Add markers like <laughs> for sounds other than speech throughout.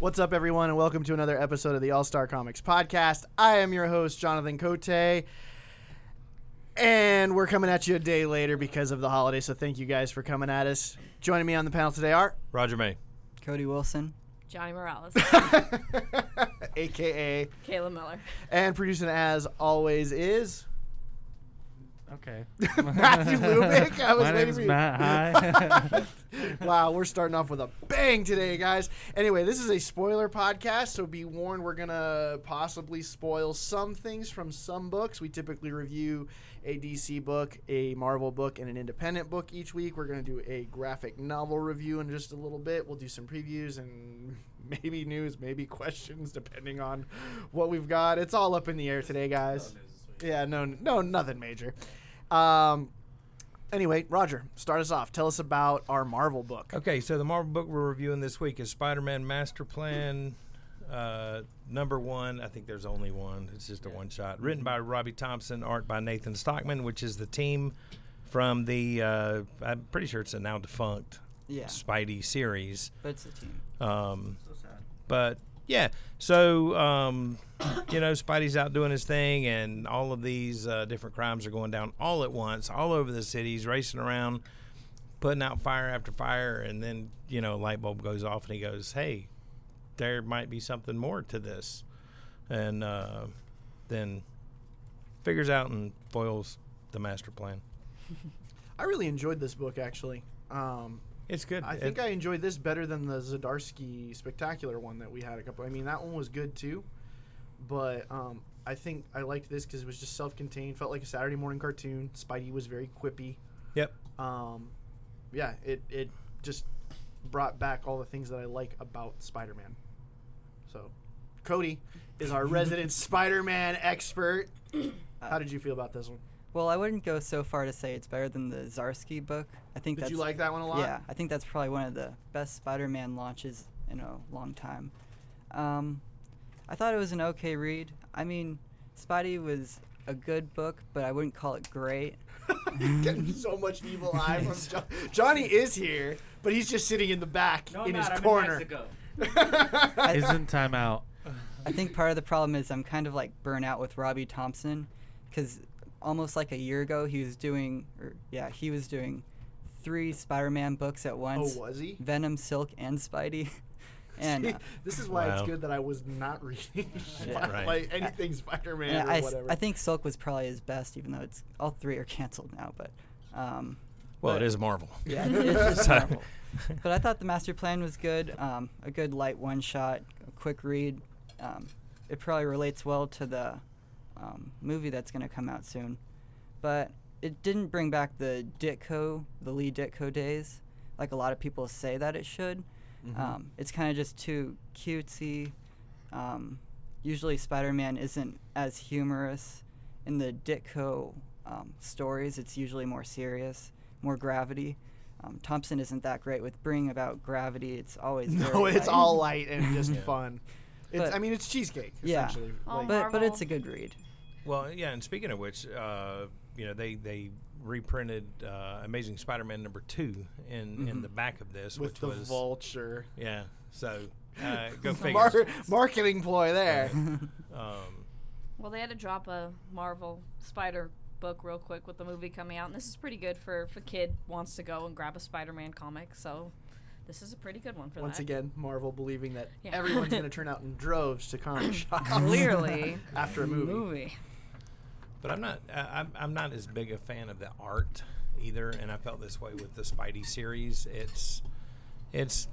What's up, everyone, and welcome to another episode of the All Star Comics Podcast. I am your host, Jonathan Cote, and we're coming at you a day later because of the holiday. So thank you guys for coming at us. Joining me on the panel today are, <laughs> Roger May. Cody Wilson. Johnny Morales, aka, Kayla Miller. and producing as always is Okay. <laughs> Matthew Lubick. I was My waiting name's for you. Matt. <laughs> Hi. wow, we're starting off with a bang today, guys. Anyway, this is a spoiler podcast, so be warned we're going to possibly spoil some things from some books. We typically review a DC book, a Marvel book, and an independent book each week. We're going to do a graphic novel review in just a little bit. We'll do some previews and <laughs> maybe news, maybe <laughs> questions, depending on what we've got. It's all up in the air today, guys. Yeah, no, no, nothing major. Um, Anyway, Roger, start us off. Tell us about our Marvel book. Okay, so the Marvel book we're reviewing this week is Spider Man Master Plan uh, number one. I think there's only one, it's just a one shot. Written by Robbie Thompson, art by Nathan Stockman, which is the team from the, uh, I'm pretty sure it's a now defunct Yeah, Spidey series. but it's a team. Um, But yeah, so um, <coughs> you know, Spidey's out doing his thing, and all of these uh, different crimes are going down all at once, all over the cities, racing around, putting out fire after fire, and then you know, a light bulb goes off, and he goes, "Hey, there might be something more to this," and uh, then figures out and foils the master plan. I really enjoyed this book, actually. Um, It's good. I It- think I enjoyed this better than the Zadarsky Spectacular one that we had a couple. I mean, that one was good too, but um, I think I liked this because it was just self-contained. Felt like a Saturday morning cartoon. Spidey was very quippy. Yep. Um, yeah, it it just brought back all the things that I like about Spider-Man. So, Cody is our <laughs> resident Spider-Man expert. Uh, How did you feel about this one? Well, I wouldn't go so far to say it's better than the Zarsky book. I think Did that's you like that one a lot? yeah. I think that's probably one of the best Spider-Man launches in a long time. Um, I thought it was an okay read. I mean, Spidey was a good book, but I wouldn't call it great. <laughs> Getting so much evil eye <laughs> from Jo- Johnny is here, but he's just sitting in the back No, I'm in his not. I'm in corner. Mexico. <laughs> uh, Isn't time out. I think part of the problem is I'm kind of like burnt out with Robbie Thompson, because almost like a year ago he was doing, or yeah, he was doing three Spider-Man books at oh, once. was he? Venom, Silk, and Spidey. <laughs> <laughs> and See, uh, this is why it's Wow. good that I was not reading Yeah. Spy- Right. like anything Spider-Man and or I, s- whatever. I think Silk was probably his best, even though it's all three are canceled now. But um, Well, it is Marvel. <laughs> yeah, it is <laughs> just So- Marvel. But I thought the master plan was good. Um, a good light one shot, a quick read. Um, it probably relates well to the um, movie that's going to come out soon. But it didn't bring back the Ditko, the Lee Ditko days, like a lot of people say that it should. Mm-hmm. Um, it's kind of just too cutesy. Um, usually, Spider Man isn't as humorous in the Ditko um, stories. It's usually more serious, more gravity. Um, Thompson isn't that great with bringing about gravity. It's always no, very it's light. all light and <laughs> just fun. It's, But- I mean, it's cheesecake Yeah. essentially. Oh, Like, But but it's a Marvel. good read. Well, yeah, and speaking of which, uh, you know, they they reprinted uh, Amazing Spider-Man number two in in the back of this, with which the was vulture. yeah. So uh, go <laughs> figure. Mar- marketing ploy <laughs> there. um, Well, they had to drop a Marvel Spider book real quick with the movie coming out, and this is pretty good for if a kid wants to go and grab a Spider-Man comic. So, this is a pretty good one for Once that. again, Marvel believing that Yeah. everyone's going to turn out in droves to comic shops <laughs> Clearly, <laughs> after a movie. movie. but I'm not I, I'm I'm not as big a fan of the art either, and I felt this way with the Spidey series. It's it's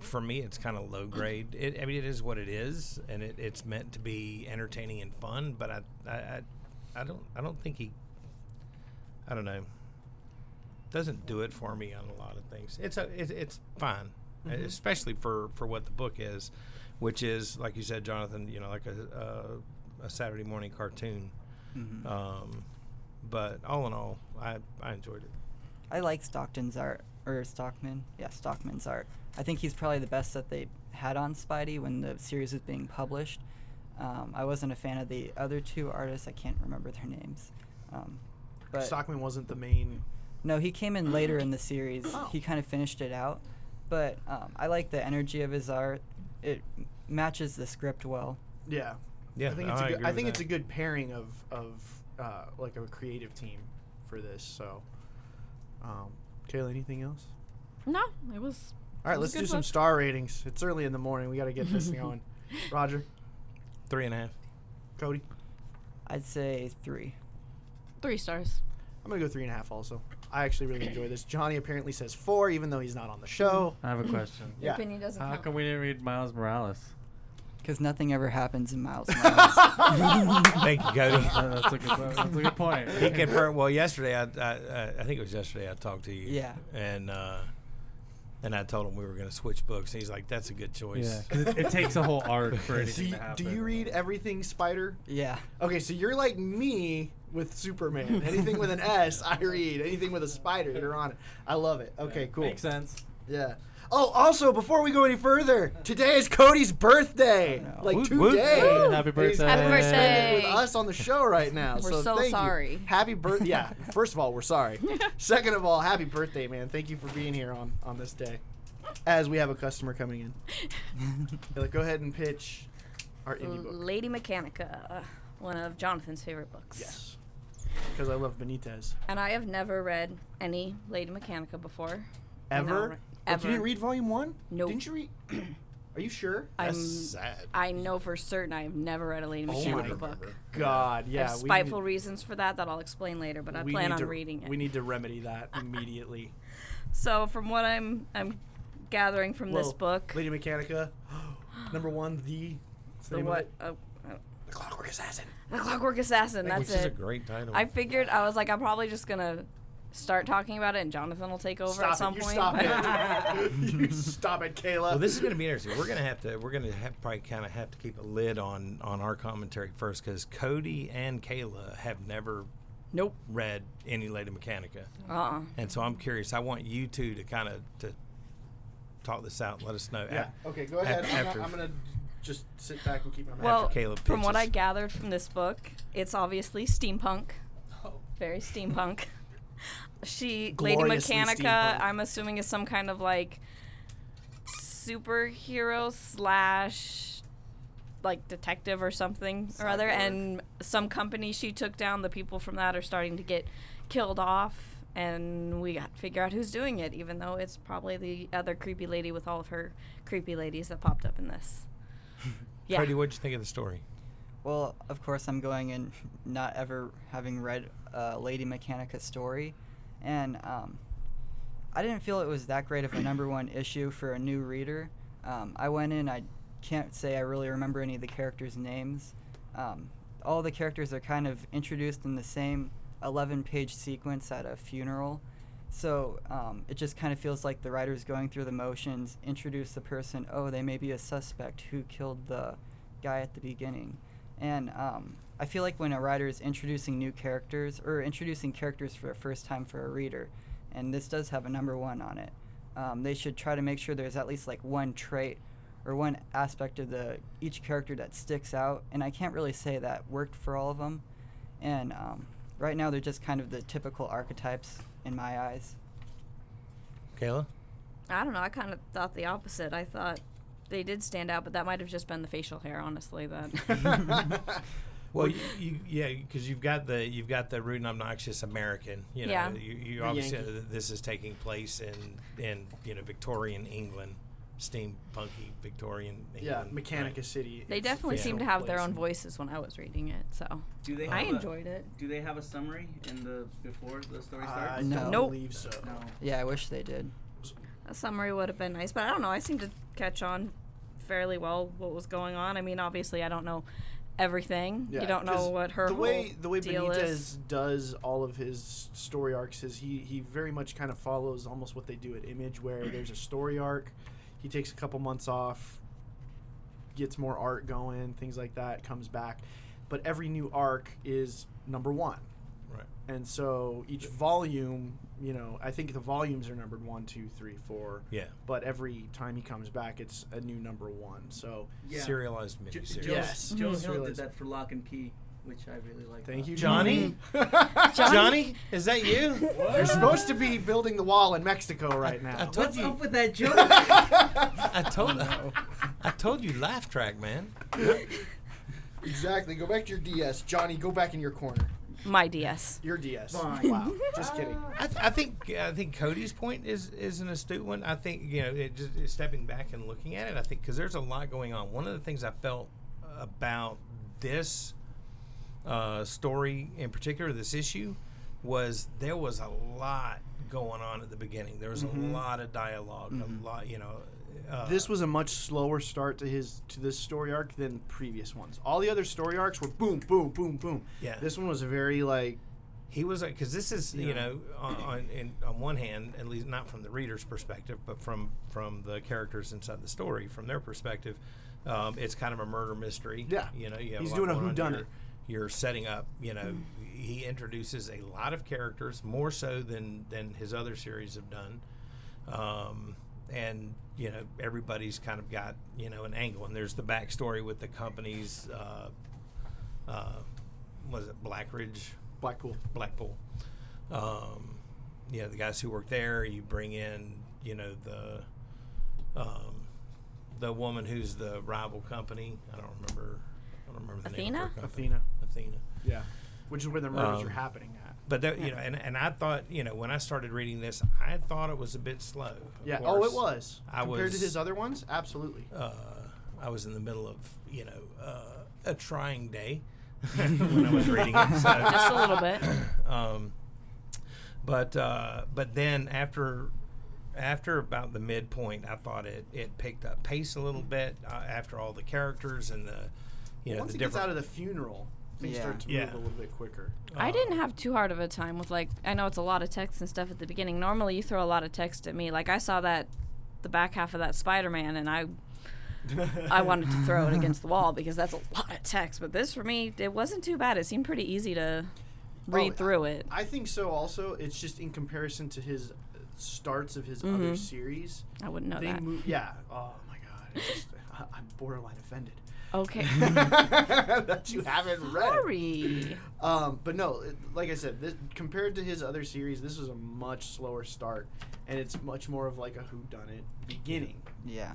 for me, it's kind of low grade. It, I mean, it is what it is, and it, it's meant to be entertaining and fun. But I, I, I, I don't, I don't think he, I don't know, doesn't do it for me on a lot of things. It's a, it, it's fine, especially for for what the book is, which is like you said, Jonathan. You know, like a a, a Saturday morning cartoon. Mm-hmm. Um, but all in all, I I enjoyed it. I like Stockton's art or Stockman. Yeah, Stockman's art. I think he's probably the best that they had on Spidey when the series was being published. Um, I wasn't a fan of the other two artists. I can't remember their names. Um, but Stockman wasn't the main no, he came in later in the series. Oh. He kind of finished it out. But um, I like the energy of his art. it matches the script well. Yeah. Yeah, I think no, it's a I good, agree I with think it's that. a good pairing of of uh, like a creative team for this. So, um, Kayla, anything else? No, it was. All right, It let's was a do good some book. star ratings. It's early in the morning. We got to get this going. Roger, Three and a half. Cody, I'd say three. Three stars. I'm gonna go three and a half. Also, I actually really enjoy this. Johnny apparently says four, even though he's not on the show. I have a question. Yeah. Opinion doesn't How count. come we didn't read Miles Morales? Because nothing ever happens in Miles Morales. <laughs> <laughs> Thank you, Cody. Uh, <laughs> that's, a good, that's a good point. <laughs> he confirmed. Well, yesterday, I, I I- I think it was yesterday. I talked to you. Yeah. And uh, and I told him we were going to switch books. He's like, "That's a good Yeah, choice." <laughs> 'cause it, it takes a whole arc for Do anything you, to happen. do you read everything Spider? yeah. Okay, so you're like me with Superman. Anything <laughs> with an S, I read. Anything with a spider, you're on it. I love it. Okay, cool. Makes sense. Yeah. Oh, also, before we go any further, today is Cody's birthday. I know. Like Woot, woot. today. Woo. Happy And he's birthday. Happy spending it With birthday. us on the show right now. We're so, so thank you. sorry. Happy birthday. <laughs> Yeah. First of all, we're sorry. Second of all, happy birthday, man. Thank you for being here on, on this day. <laughs> As we have a customer coming in. Kayla, go ahead and pitch our indie book. Lady Mechanica, one of Jonathan's favorite books. Yes. Because I love Benitez. And I have never read any Lady Mechanica before. Ever? right. Like, you Ever. didn't read volume one? Nope. Didn't you read? <clears throat> Are you sure? That's I'm. sad. I know for certain I have never read a Lady Oh Mechanica my book. God, I yeah. have we spiteful need- reasons for that that I'll explain later, but I we plan need on to- reading it. We need to remedy that <laughs> immediately. so from what I'm I'm gathering from this Well, book, Lady <gasps> Mechanica, number one, the. what's the name of what? it? Uh, uh, The Clockwork Assassin. the Clockwork Assassin. That's Which it. is a great title. I figured I was like I'm probably just gonna start talking about it and Jonathan will take over Stop at some it! You point. stop <laughs> but- it! you stop it, Kayla. well, this is going to be interesting. We're going to have to. We're going to have, probably kind of have to keep a lid on on our commentary first because Cody and Kayla have never nope. read any Lady Mechanica, Uh. uh and so I'm curious. I want you two to kind of to talk this out. and Let us know. Yeah. after- Okay, go ahead. I'm, after- gonna, I'm gonna just sit back and keep my mouth Well, shut. Caleb from what I pitches. gathered from this book, it's obviously steampunk. Very steampunk. <laughs> she Lady Gloriously Mechanica, steampunk. I'm assuming is some kind of like superhero slash like detective or something or other Cyborg. and some company she took down the people from that are starting to get killed off and we got to figure out who's doing it even though it's probably the other creepy lady with all of her creepy ladies that popped up in this yeah Cody, what'd you think of the story? Well, of course, I'm going in not ever having read uh, Lady Mechanica story, and um, I didn't feel it was that great of a number one issue for a new reader. Um, I went in, I can't say I really remember any of the characters' names. Um, all the characters are kind of introduced in the same 11 page sequence at a funeral. So um, it just kind of feels like the writer's going through the motions, introduce the person, oh, they may be a suspect who killed the guy at the beginning. And um, I feel like when a writer is introducing new characters or introducing characters for the first time for a reader, and this does have a number one on it, um, they should try to make sure there's at least like one trait or one aspect of the each character that sticks out. And I can't really say that worked for all of them. And um, right now they're just kind of the typical archetypes in my eyes. Kayla? i don't know i kind of thought the opposite i thought they did stand out but that might have just been the facial hair honestly that <laughs> <laughs> Well, you, you, yeah, because you've got the you've got the rude and obnoxious American. You know, Yeah. you, you The obviously Yankee. uh, this is taking place in in you know Victorian England, steampunky Victorian. England, yeah, right? Mechanica City. they It's- definitely yeah. seem to have their own Placement. voices when i was reading it so Do they? Have i a- enjoyed it Do they have a summary in the before the story I starts? No. don't Nope. believe so. No. Yeah, I wish they did. a summary would have been nice, but I don't know. I seemed to catch on fairly well what was going on. I mean, obviously, I don't know everything. Yeah, you don't know 'cause what her the way whole the way deal Benitez <laughs> is. does all of his story arcs is he he very much kind of follows almost what they do at Image, where there's a story arc, he takes a couple months off, gets more art going, things like that, comes back, but every new arc is number one, Right. and so each volume, you know, I think the volumes are numbered one, two, three, four, Yeah. but every time he comes back, it's a new number one. So Yeah. Serialized Jo- miniseries. Joe, Yes. Joe Mm. Hill Serialized. did that for Lock and Key, which I really like. thank you, Johnny? <laughs> Johnny? Johnny, is that <laughs> you? You're supposed to be building the wall in Mexico right now. told What's you. <laughs> up with that joke? I told I I told you, laugh track, man. Exactly. Go back to your DS, Johnny. Go back in your corner. My DS. Your DS. Fine. <laughs> Wow. Just kidding. I, th- I think uh, I think Cody's point is is an astute one. I think you know it just it's stepping back and looking at it. I think because there's a lot going on. One of the things I felt about this uh, story in particular, this issue, was there was a lot going on at the beginning. There was a lot of dialog a lot you know. Uh, Mm-hmm. This was a much slower start to his to this story arc than previous ones. All the other story arcs were boom, boom, boom, boom. Yeah. This one was very like He was because this is Yeah. you know on on, in, on one hand at least not from the reader's perspective but from from the characters inside the story from their perspective um, it's kind of a murder mystery Yeah. you know you have He's lot doing a going on. whodunit. You're- you're setting up you know he introduces a lot of characters more so than than his other series have done um, and you know everybody's kind of got you know an angle and there's the backstory with the company's uh, uh, was it Blackridge Blackpool. Blackpool. Um, you know, the guys who work there, you bring in, you know, the um, the woman who's the rival company. I don't remember. I don't remember the name of her Athena? company. Athena. Athena. Yeah. Which is where the murders Um, are happening at. But that, you know, and, and I thought, you know, when I started reading this, I thought it was a bit slow. Of Yeah. Oh, course, it was. I Compared was- to his other ones, absolutely. Uh, I was in the middle of, you know, uh, a trying <laughs> day when I was reading it. So <laughs> Just a little bit. <clears throat> um, but uh, but then after after about the midpoint, I thought it, it picked up pace a little bit uh, after all the characters and the you know Once he the gets out different of the funeral, things Yeah. start to Yeah. move a little bit quicker. I uh, didn't have too hard of a time with like I know it's a lot of text and stuff at the beginning. Normally you throw a lot of text at me. Like I saw that the back half of that Spider-Man and I I <laughs> wanted to throw it against the wall because that's a lot of text, but this for me it wasn't too bad. It seemed pretty easy to read Oh, through it. I think so. Also, it's just in comparison to his uh, starts of his other series. Mm-hmm. I wouldn't know They that. move. Yeah. Oh my god. It's just, <laughs> I, I'm borderline offended Okay. <laughs> that you haven't read. Sorry. Um, but no, it- like I said, this, compared to his other series, this was a much slower start, and it's much more of like a who done it beginning. Yeah.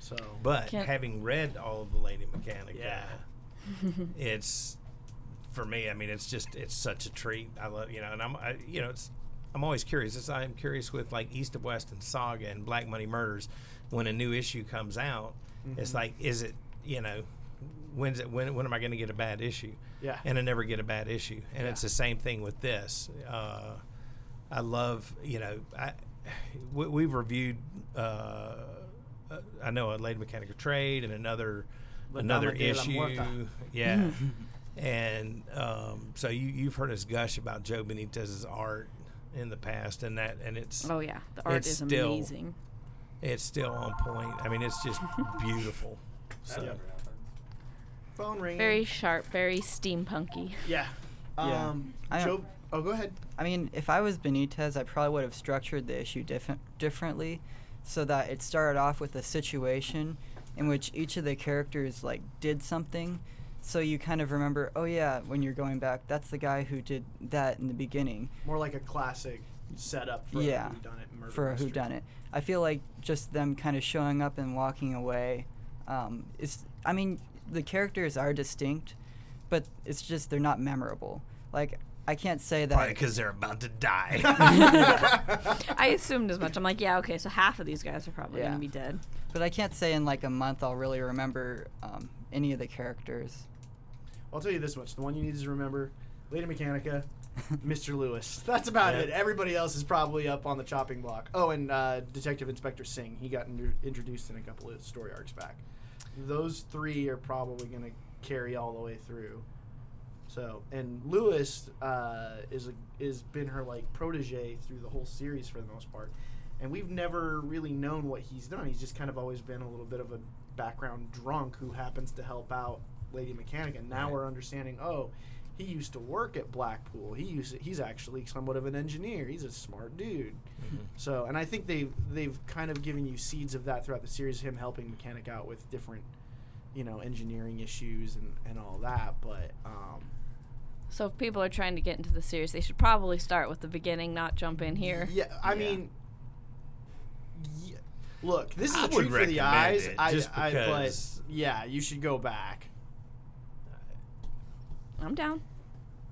So. But Can't- having read all of the Lady Mechanica, Yeah. it's for me. I mean, it's just it's such a treat. I love you know, and I'm I, you know, it's I'm always curious. It's, I'm curious with like East of West and Saga and Black Money Murders. When a new issue comes out, Mm-hmm. it's like, is it you know, when's it when when am I going to get a bad issue? Yeah. and I never get a bad issue. And it's the same thing with this. Uh, I love, you know, I we, we've reviewed. Uh, uh, I know a Lady Mechanical Trade and another La another Dama de la issue. Muerta. <laughs> Yeah, and um, so you you've heard us gush about Joe Benitez's art in the past, and that and it's Oh yeah, the art It's is still- amazing. it's still on point. I mean, it's <laughs> just beautiful. So. phone ring. Very sharp, very steampunky. Yeah. Yeah. Um, I don't- Joe. Oh, go ahead. I mean, if I was Benitez, I probably would have structured the issue different differently, so that it started off with a situation in which each of the characters like did something, so you kind of remember, oh yeah, when you're going back, that's the guy who did that in the beginning More like a classic setup for Yeah. a whodunit murder for a mystery. whodunit. I feel like just them kind of showing up and walking away. Um, it's, I mean, the characters are distinct, but it's just they're not memorable. Like I can't say that. Probably because they're about to die. <laughs> <laughs> <laughs> I assumed as much. I'm like, yeah, okay, so half of these guys are probably Yeah. gonna be dead. But I can't say in like a month I'll really remember um, any of the characters. I'll tell you this much: the one you need to remember, Lady <laughs> Mechanica, Mr. Lewis. <laughs> That's about it. Everybody else is probably up on the chopping block. Oh, and uh, Detective Inspector Singh. He got in- introduced in a couple of story arcs back. Those three are probably going to carry all the way through. So, and Lewis uh, is a, is been her like protege through the whole series for the most part, and we've never really known what he's done. He's just kind of always been a little bit of a background drunk who happens to help out Lady Mechanica. And now Right. we're understanding. Oh, he used to work at Blackpool. He used he's actually somewhat of an engineer. He's a smart dude. So, and I think they've they've kind of given you seeds of that throughout the series. Him helping Mechanic out with different, you know, engineering issues and and all that. But um, So if people are trying to get into the series, they should probably start with the beginning, not jump in here. Yeah, I Yeah. mean, yeah, Look, this is I a would treat for the recommend eyes. it, I, just I, but because- yeah, you should go back. I'm down.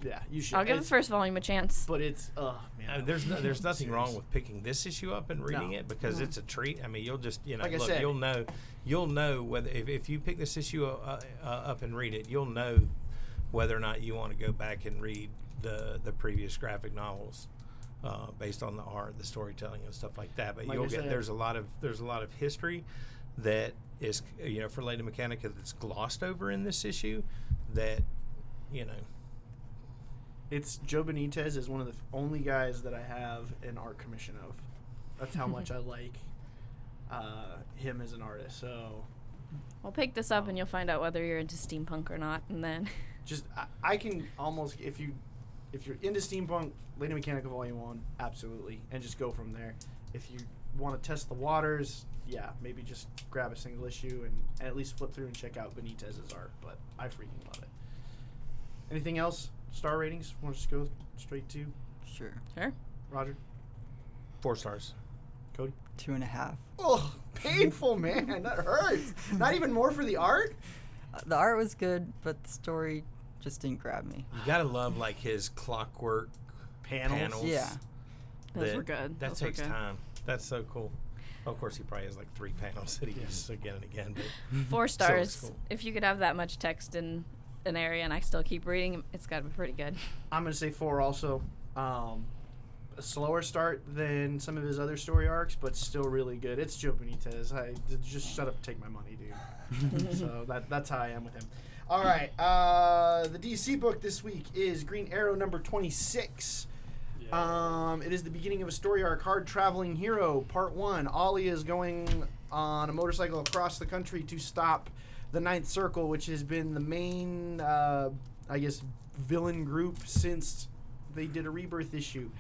Yeah, you should. I'll give the It's- first volume a chance. But it's uh, man, Uh, I there's no, don't- <laughs> there's nothing wrong Serious. with picking this issue up and reading No. it because it's a treat. I mean, you'll just you know Like I look, said- you'll know you'll know whether if, if you pick this issue uh, uh, up and read it, you'll know whether or not you want to go back and read the the previous graphic novels uh, based on the art, the storytelling, and stuff like that. But Like I you'll get said- there's a lot of there's a lot of history that is you know for Lady Mechanica that's glossed over in this issue that you know It's Joe Benitez is one of the f- only guys that I have an art commission of. That's how <laughs> much I like uh, him as an artist. So We'll pick this up and you'll find out whether you're into steampunk or not, and then um, <laughs> just I, I can almost if you if you're into steampunk, Lady Mechanica Volume One, absolutely, and just go from there. If you want to test the waters, yeah, maybe just grab a single issue and, and at least flip through and check out Benitez's art. But I freaking love it. Anything else? Star ratings? Want to just go straight to Sure. <laughs> sure. Roger, four stars. Cody? Two and a half. Oh, painful, man. That hurts. Not even more for the art. Uh, the art was good, but the story just didn't grab <laughs> me. You gotta love like his clockwork Panels? panels Yeah. Those that- were good. That Those were takes good. time. That's so cool. Of course, he probably has like three panels that he uses again and again. But Four So it's stars. cool. If you could have that much text in an area and I still keep reading, it's got to be pretty good. <laughs> I'm gonna say four also. Um, a slower start than some of his other story arcs, but still really good. It's Joe Benitez. I d- just shut up, and take my money, Mm-hmm. dude. <laughs> so that that's how I am with him. All right, uh, the DC book this week is Green Arrow number twenty six. Um, it is the beginning of a story arc, Hard Traveling Hero, Part 1. Ollie is going on a motorcycle across the country to stop the Ninth Circle, which has been the main, uh, I guess, villain group since they did a rebirth issue.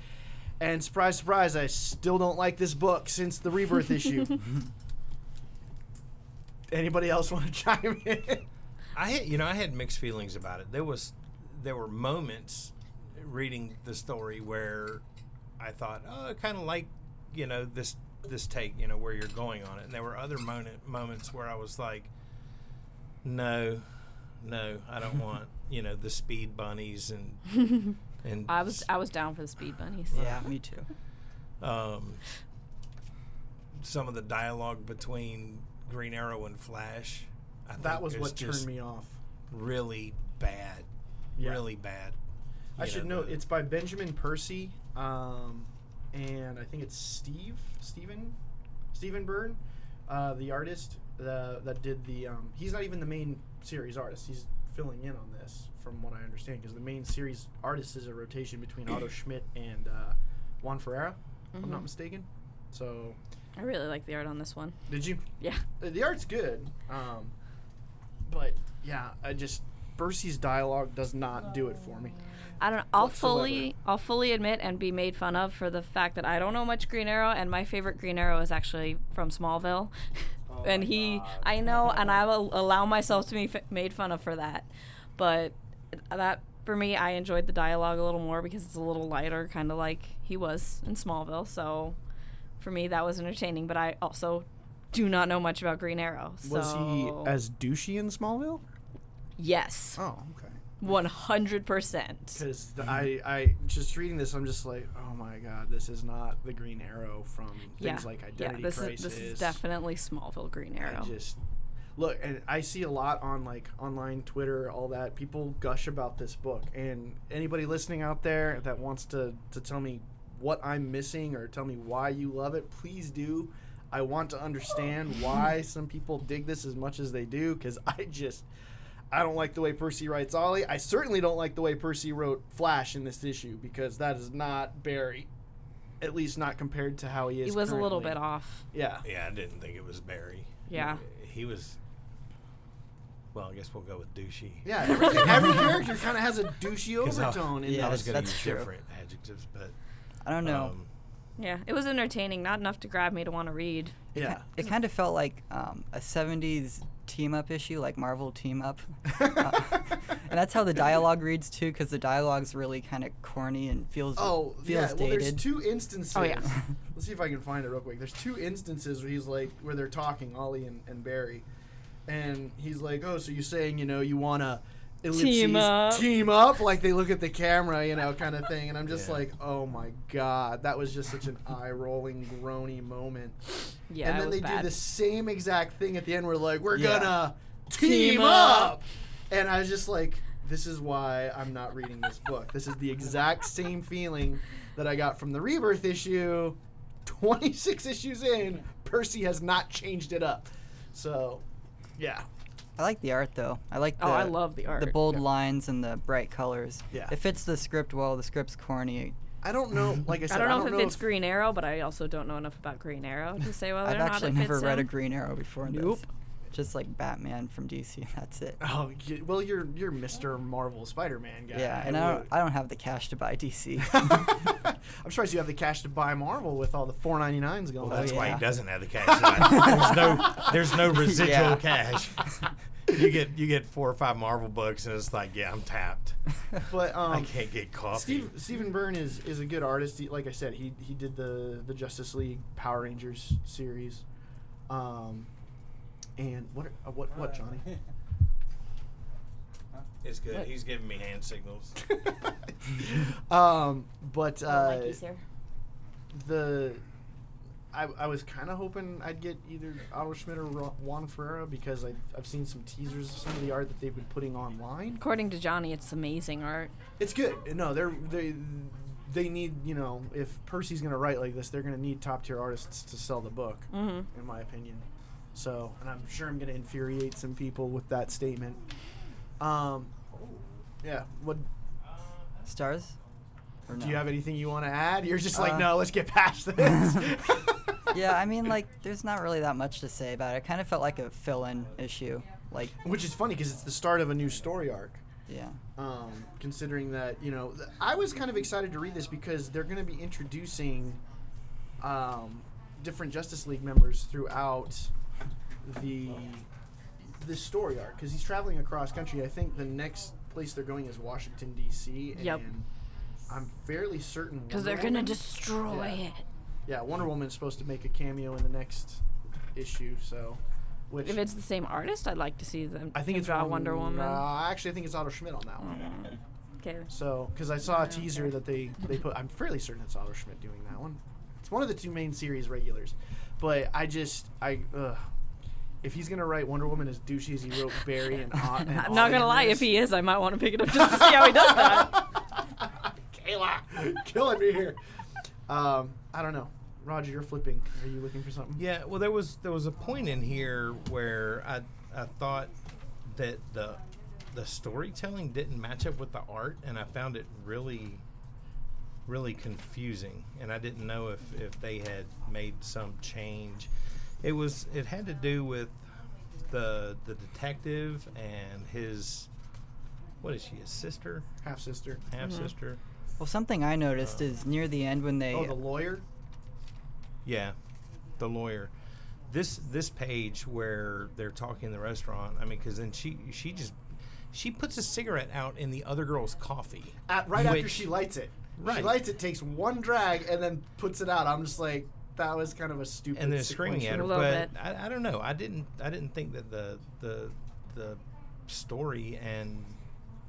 And surprise, surprise, I still don't like this book since the rebirth issue. Anybody else want to <laughs> chime in? I, had, you know, I had mixed feelings about it. There was, there were moments reading the story where I thought, oh, I kind of like, you know, this this take, you know, where you're going on it. And there were other moment, moments where I was like, no, no, <laughs> I don't want, you know, the speed bunnies and and <laughs> I was I was down for the speed bunnies. Yeah, me too. um, some of the dialogue between Green Arrow and Flash. I That think was is what just turned me off. Really bad, Yeah. really bad. I You should know, note the- it's by Benjamin Percy, um, and I think it's Steve Stephen Stephen Byrne, uh, the artist the, that did the. Um, he's not even the main series artist. He's filling in on this, from what I understand, because the main series artist is a rotation between Otto Schmidt and uh, Juan Ferrara, if I'm not mistaken. So, I really like the art on this one. did you? Yeah. Uh, the art's good, um, but yeah, I just Percy's dialogue does not do it for me. I don't. I'll Whatsoever. fully, I'll fully admit and be made fun of for the fact that I don't know much Green Arrow, and my favorite Green Arrow is actually from Smallville, and Oh <laughs> my he, God. I know, and I will allow myself to be f- made fun of for that, but that for me, I enjoyed the dialogue a little more because it's a little lighter, kind of like he was in Smallville. So, for me, that was entertaining. But I also do not know much about Green Arrow. So. Was he as douchey in Smallville? Yes, Oh, okay. Mm-hmm. one hundred percent. Because I, I just reading this, I'm just like, oh my god, this is not the Green Arrow from things Yeah, like Identity yeah. This Crisis. is this is definitely Smallville Green I Arrow. just look, and I see a lot on like online Twitter, all that people gush about this book. And anybody listening out there that wants to to tell me what I'm missing or tell me why you love it, please do. I want to understand <laughs> why some people dig this as much as they do, because I just I don't like the way Percy writes Ollie. I certainly don't like the way Percy wrote Flash in this issue because that is not Barry, at least not compared to how he is. He was a little currently. bit off. Yeah, Yeah, I didn't think it was Barry. Yeah. he was. Well, I guess we'll go with douchey. Yeah, everything, every character kind of has a douchey 'Cause I- overtone in Yeah, I that. was that's- going to that's use true. different adjectives, but I don't know. um, Yeah, it was entertaining, not enough to grab me to want to read. Yeah. It kind <laughs> of felt like um, a 70s team up issue, like Marvel team up. and that's how the dialogue reads too, because the dialogue's really kind of corny and feels Oh, yeah. feels Well, dated. there's two instances. Oh, yeah. Let's see if I can find it real quick. There's two instances where he's like, where they're talking, Ollie and, and Barry, and he's like, "Oh, so you're saying, you know, you wanna." Ellipses, up. team up, like they look at the camera, you know, kind of thing, and I'm just Yeah. like, oh my god, that was just such an eye-rolling, groany moment. Yeah, and it then was they bad. do the same exact thing at the end. We're like, we're Yeah. gonna team, Team up. up. and I was just like, this is why I'm not reading this book. This is the <laughs> exact same feeling that I got from the Rebirth issue. 26 issues in, Percy has not changed it up. So, yeah, <laughs> I like the art though. I like the oh, I love the art. the bold lines and the bright colors. Yeah. It fits the script well. The script's corny. I don't know. <laughs> Like I said, I don't know if it fits Green Arrow, but I also don't know enough about Green Arrow to say whether I've or not actually it fits never read a him. Green Arrow before. this. Nope. Just like Batman from DC. <laughs> That's it. Oh, y- well, you're you're Mr. Marvel Spider-Man guy. Yeah, and I don't, I <laughs> don't have the cash to buy <laughs> DC. would- I'm surprised you have the cash to buy Marvel with all the 4.99s going. Well, that's why Oh, yeah. he doesn't have the cash. there's no, there's <laughs> no residual Yeah. cash. <laughs> You get, you get four or five Marvel books, and it's like, yeah, <laughs> I'm tapped. <laughs> But um, I can't get coffee. Steve, Stephen Byrne is, is a good artist. He, like I said, he he did the the Justice League Power Rangers series, um, and what are- uh, <laughs> what what <laughs> Johnny? It's good. He's giving me hand <laughs> signals. <laughs> um, but Oh, uh, Mikey's here. the I, I was kind of hoping I'd get either Otto Schmidt or Ro- Juan Ferreira because I, I've seen some teasers of some of the art that they've been putting online. According to Johnny, it's amazing art. It's good. No, they're they they need you know if Percy's gonna write like this, they're gonna need top tier artists to sell the book, Mm-hmm. in my opinion. So, and I'm sure I'm gonna infuriate some people with that statement. Um, yeah. What Stars? Or do no? you have anything you want to add? You're just like, Uh, no, let's get past this. <laughs> yeah, <laughs> I mean, like, there's not really that much to say about it. It kind of felt like a fill-in issue. Like, Which is funny because it's the start of a new story arc. yeah, um, considering that you know th- I was kind of excited to read this because they're going to be introducing um, different Justice League members throughout the this story arc because he's traveling across country. I think the next place they're going is Washington D.C. And Yep. I'm fairly certain Because they're Wonder gonna Woman- destroy Yeah. it. yeah Wonder Woman's supposed to make a cameo in the next issue. So, which If it's the same artist, I'd like to see them. I think him it's draw Wonder- Wonder Woman. Mm. Uh, actually, I think it's Otto Schmidt on that one. Okay. So, because I saw a teaser that they they put, I'm fairly certain it's Otto Schmidt doing that one. It's one of the two main series regulars, but I just I ugh. if he's gonna write Wonder Woman as douchey as he <laughs> wrote Barry and, O- and I'm not gonna lie. If he is, I might want to pick it up just to see how he <laughs> does that. Kayla, killing me here. Um, I don't know, Roger, you're flipping. Are you looking for something? Yeah, well, there was there was a point in here where I I thought that the the storytelling didn't match up with the art, and I found it really really confusing, and I didn't know if if they had made some change. It was it had to do with the the detective and his what is she his sister Half sister. half sister Well, something I noticed is near the end when they. Oh, the lawyer. Yeah, the lawyer. This this page where they're talking in the restaurant. I mean, because then she she just she puts a cigarette out in the other girl's coffee. At, right after which- she lights it. She Right. lights it, takes one drag, and then puts it out. I'm just like, that was kind of a stupid. and they're screaming at her. sequential- A little But bit. I, I don't know. I didn't I didn't think that the the the story and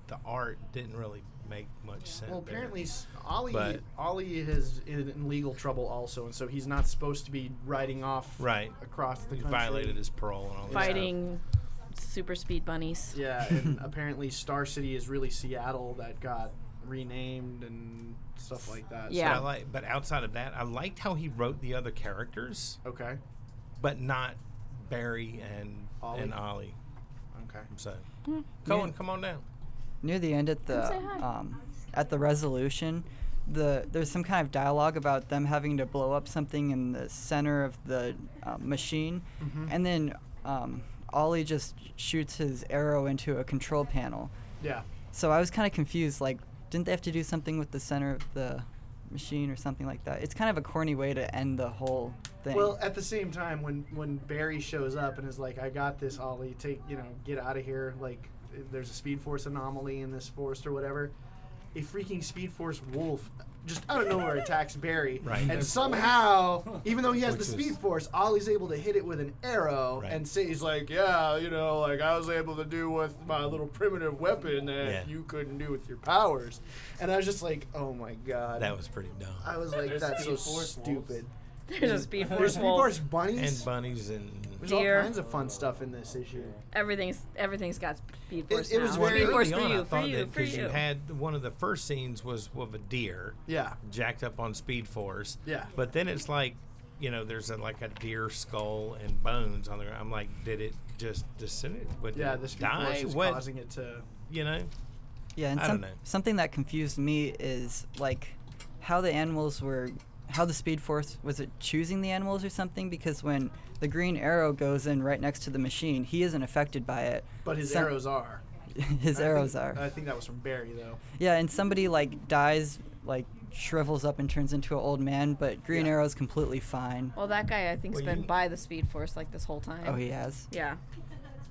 the art didn't really make much sense. Well, there. apparently s- Ollie But- Ollie is in, in legal trouble also, and so he's not supposed to be riding off right, across the he country. violated his parole and all that. Fighting super speed bunnies. <laughs> <laughs> Yeah, and apparently Star City is really Seattle that got renamed and stuff like that. so- But Yeah. I like, but outside of that, I liked how he wrote the other characters, okay. but not Barry and Ollie? and Ollie. Okay. So, Cohen, come on down. near the end at the um, at the resolution the there's some kind of dialogue about them having to blow up something in the center of the uh, machine and then um, ollie just shoots his arrow into a control panel Yeah. so i was kind of confused like didn't they have to do something with the center of the machine or something like that it's kind of a corny way to end the whole thing Well, at the same time, when when Barry shows up and is like, "I got this, Ollie. Take you know, get out of here." Like there's a Speed Force anomaly in this forest or whatever. A freaking Speed Force wolf just out of nowhere attacks Barry, <laughs> Right. and <laughs> somehow, even though he has Which the was- Speed Force, Ollie's able to hit it with an arrow, Right. and say he's like, "Yeah, you know, like I was able to do with my little primitive weapon that Yeah. you couldn't do with your powers," and I was just like, "Oh my god." That was pretty dumb. I was like, There's that's so Speed Force wolves. stupid. There's a speed There's force Speed wolf. Force bunnies. and bunnies and There's Deer. all kinds of fun stuff in this issue. Everything's everything's got speed force it now. was very speed early force for Early on, you, I for thought you, that for 'cause you. you had one of the first scenes was with a deer Yeah. jacked up on speed force. Yeah. But then it's like, you know, there's a, like a deer skull and bones on there. I'm like, did it just disintegrate? But Yeah, did the it Speed die? Force is what? causing it to. You know, Yeah, and I some, don't know. something that confused me is like how the animals were, how the Speed Force was it choosing the animals or something? Because when the Green Arrow goes in right next to the machine, he isn't affected by it. But his Some- arrows are. <laughs> his I arrows think- are. I think that was from Barry though. yeah, and somebody like dies, like shrivels up and turns into an old man, but Green Yeah. Arrow's completely fine. Well, that guy I think's Well, been you- by the speed force like this whole time. Oh, he has. Yeah.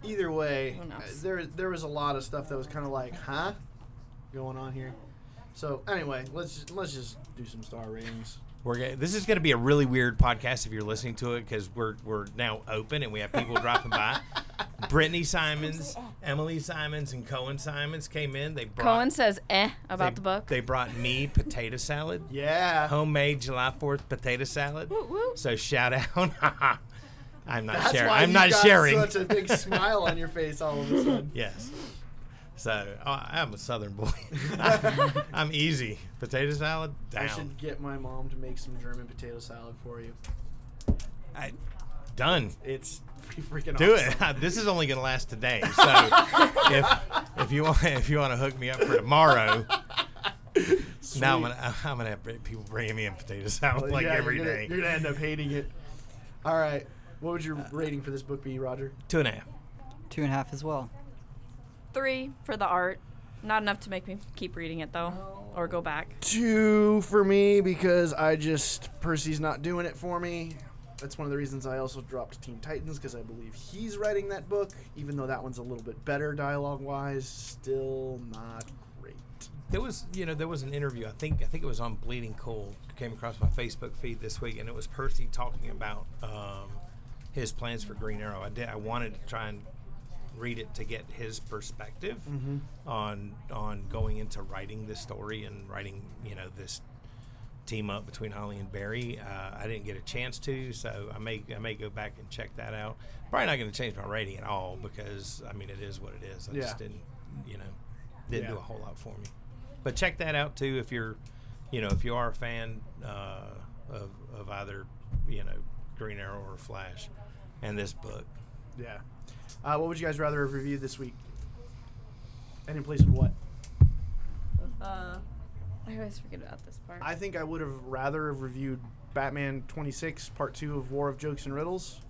Either way, Who uh, knows? there there was a lot of stuff that was kind of like, huh, going on here. So anyway, let's just, let's just do some star ratings. we're gonna, this is going to be a really weird podcast if you're listening to it because we're we're now open and we have people <laughs> dropping by. Brittany Simons, Emily Simons, and Cohen Simons came in. They brought Cohen says eh about they- the book. They brought me potato salad. Yeah. homemade July Fourth potato salad. Woot woot. So shout out. <laughs> I'm not That's sharing. why I'm you not got sharing. Such a <laughs> big smile on your face all of a sudden. yes. So oh, I'm a Southern <laughs> boy. <laughs> I'm, easy. Potato salad I down. should get my mom to make some German potato salad for you. I- done. It's <laughs> pretty freaking Do awesome. it. <laughs> this is only gonna last today. So <laughs> if if you want if you want to hook me up for tomorrow, now I'm gonna I'm gonna have people bringing me in potato salad Well, like yeah, every you're gonna, day. You're gonna end up hating it. All right. What would your rating for this book be, Roger? Two and a half. Two and a half as well. Three for the art. Not enough to make me keep reading it though, or go back. Two for me because I just Percy's not doing it for me. That's one of the reasons I also dropped Teen Titans because I believe he's writing that book, even though that one's a little bit better dialogue wise. Still not great. There was, you know, there was an interview. I think, I think it was on Bleeding Cool. Came across my Facebook feed this week, and it was Percy talking about um, his plans for Green Arrow. I did. I wanted to try and read it to get his perspective Mm-hmm. on on going into writing this story and writing, you know, this team up between Holly and Barry. Uh, I didn't get a chance to, so I may I may go back and check that out. Probably not going to change my rating at all because I mean it is what it is. I Yeah. just didn't, you know, didn't Yeah. do a whole lot for me. But check that out too if you're, you know, if you are a fan uh, of of either you know Green Arrow or Flash, and this book. Yeah. Uh, what would you guys rather have reviewed this week? And in place of what? Uh, I always forget about this part. I think I would have rather have reviewed Batman 26 Part 2 of War of Jokes and Riddles.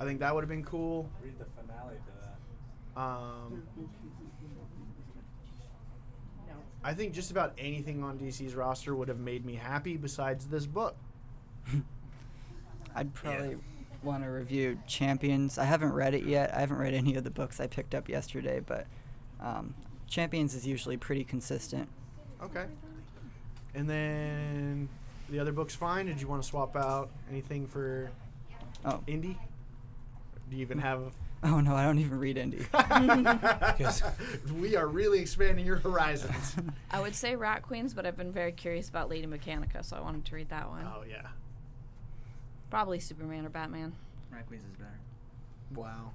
I think that would have been cool. Read the finale to that. Um, I think just about anything on DC's roster would have made me happy besides this book. I'd probably want to review Champions. I haven't read it yet. I haven't read any of the books I picked up yesterday, but um, Champions is usually pretty consistent. Okay. And then the other book's fine. Did you want to swap out anything for Oh, <laughs> indie? Do you even have? oh no, I don't even read indie. <laughs> we are really expanding your horizons. I would say Rat Queens, but I've been very curious about Lady Mechanica, so I wanted to read that one. oh yeah. Probably Superman or Batman. Rackways is better. Wow.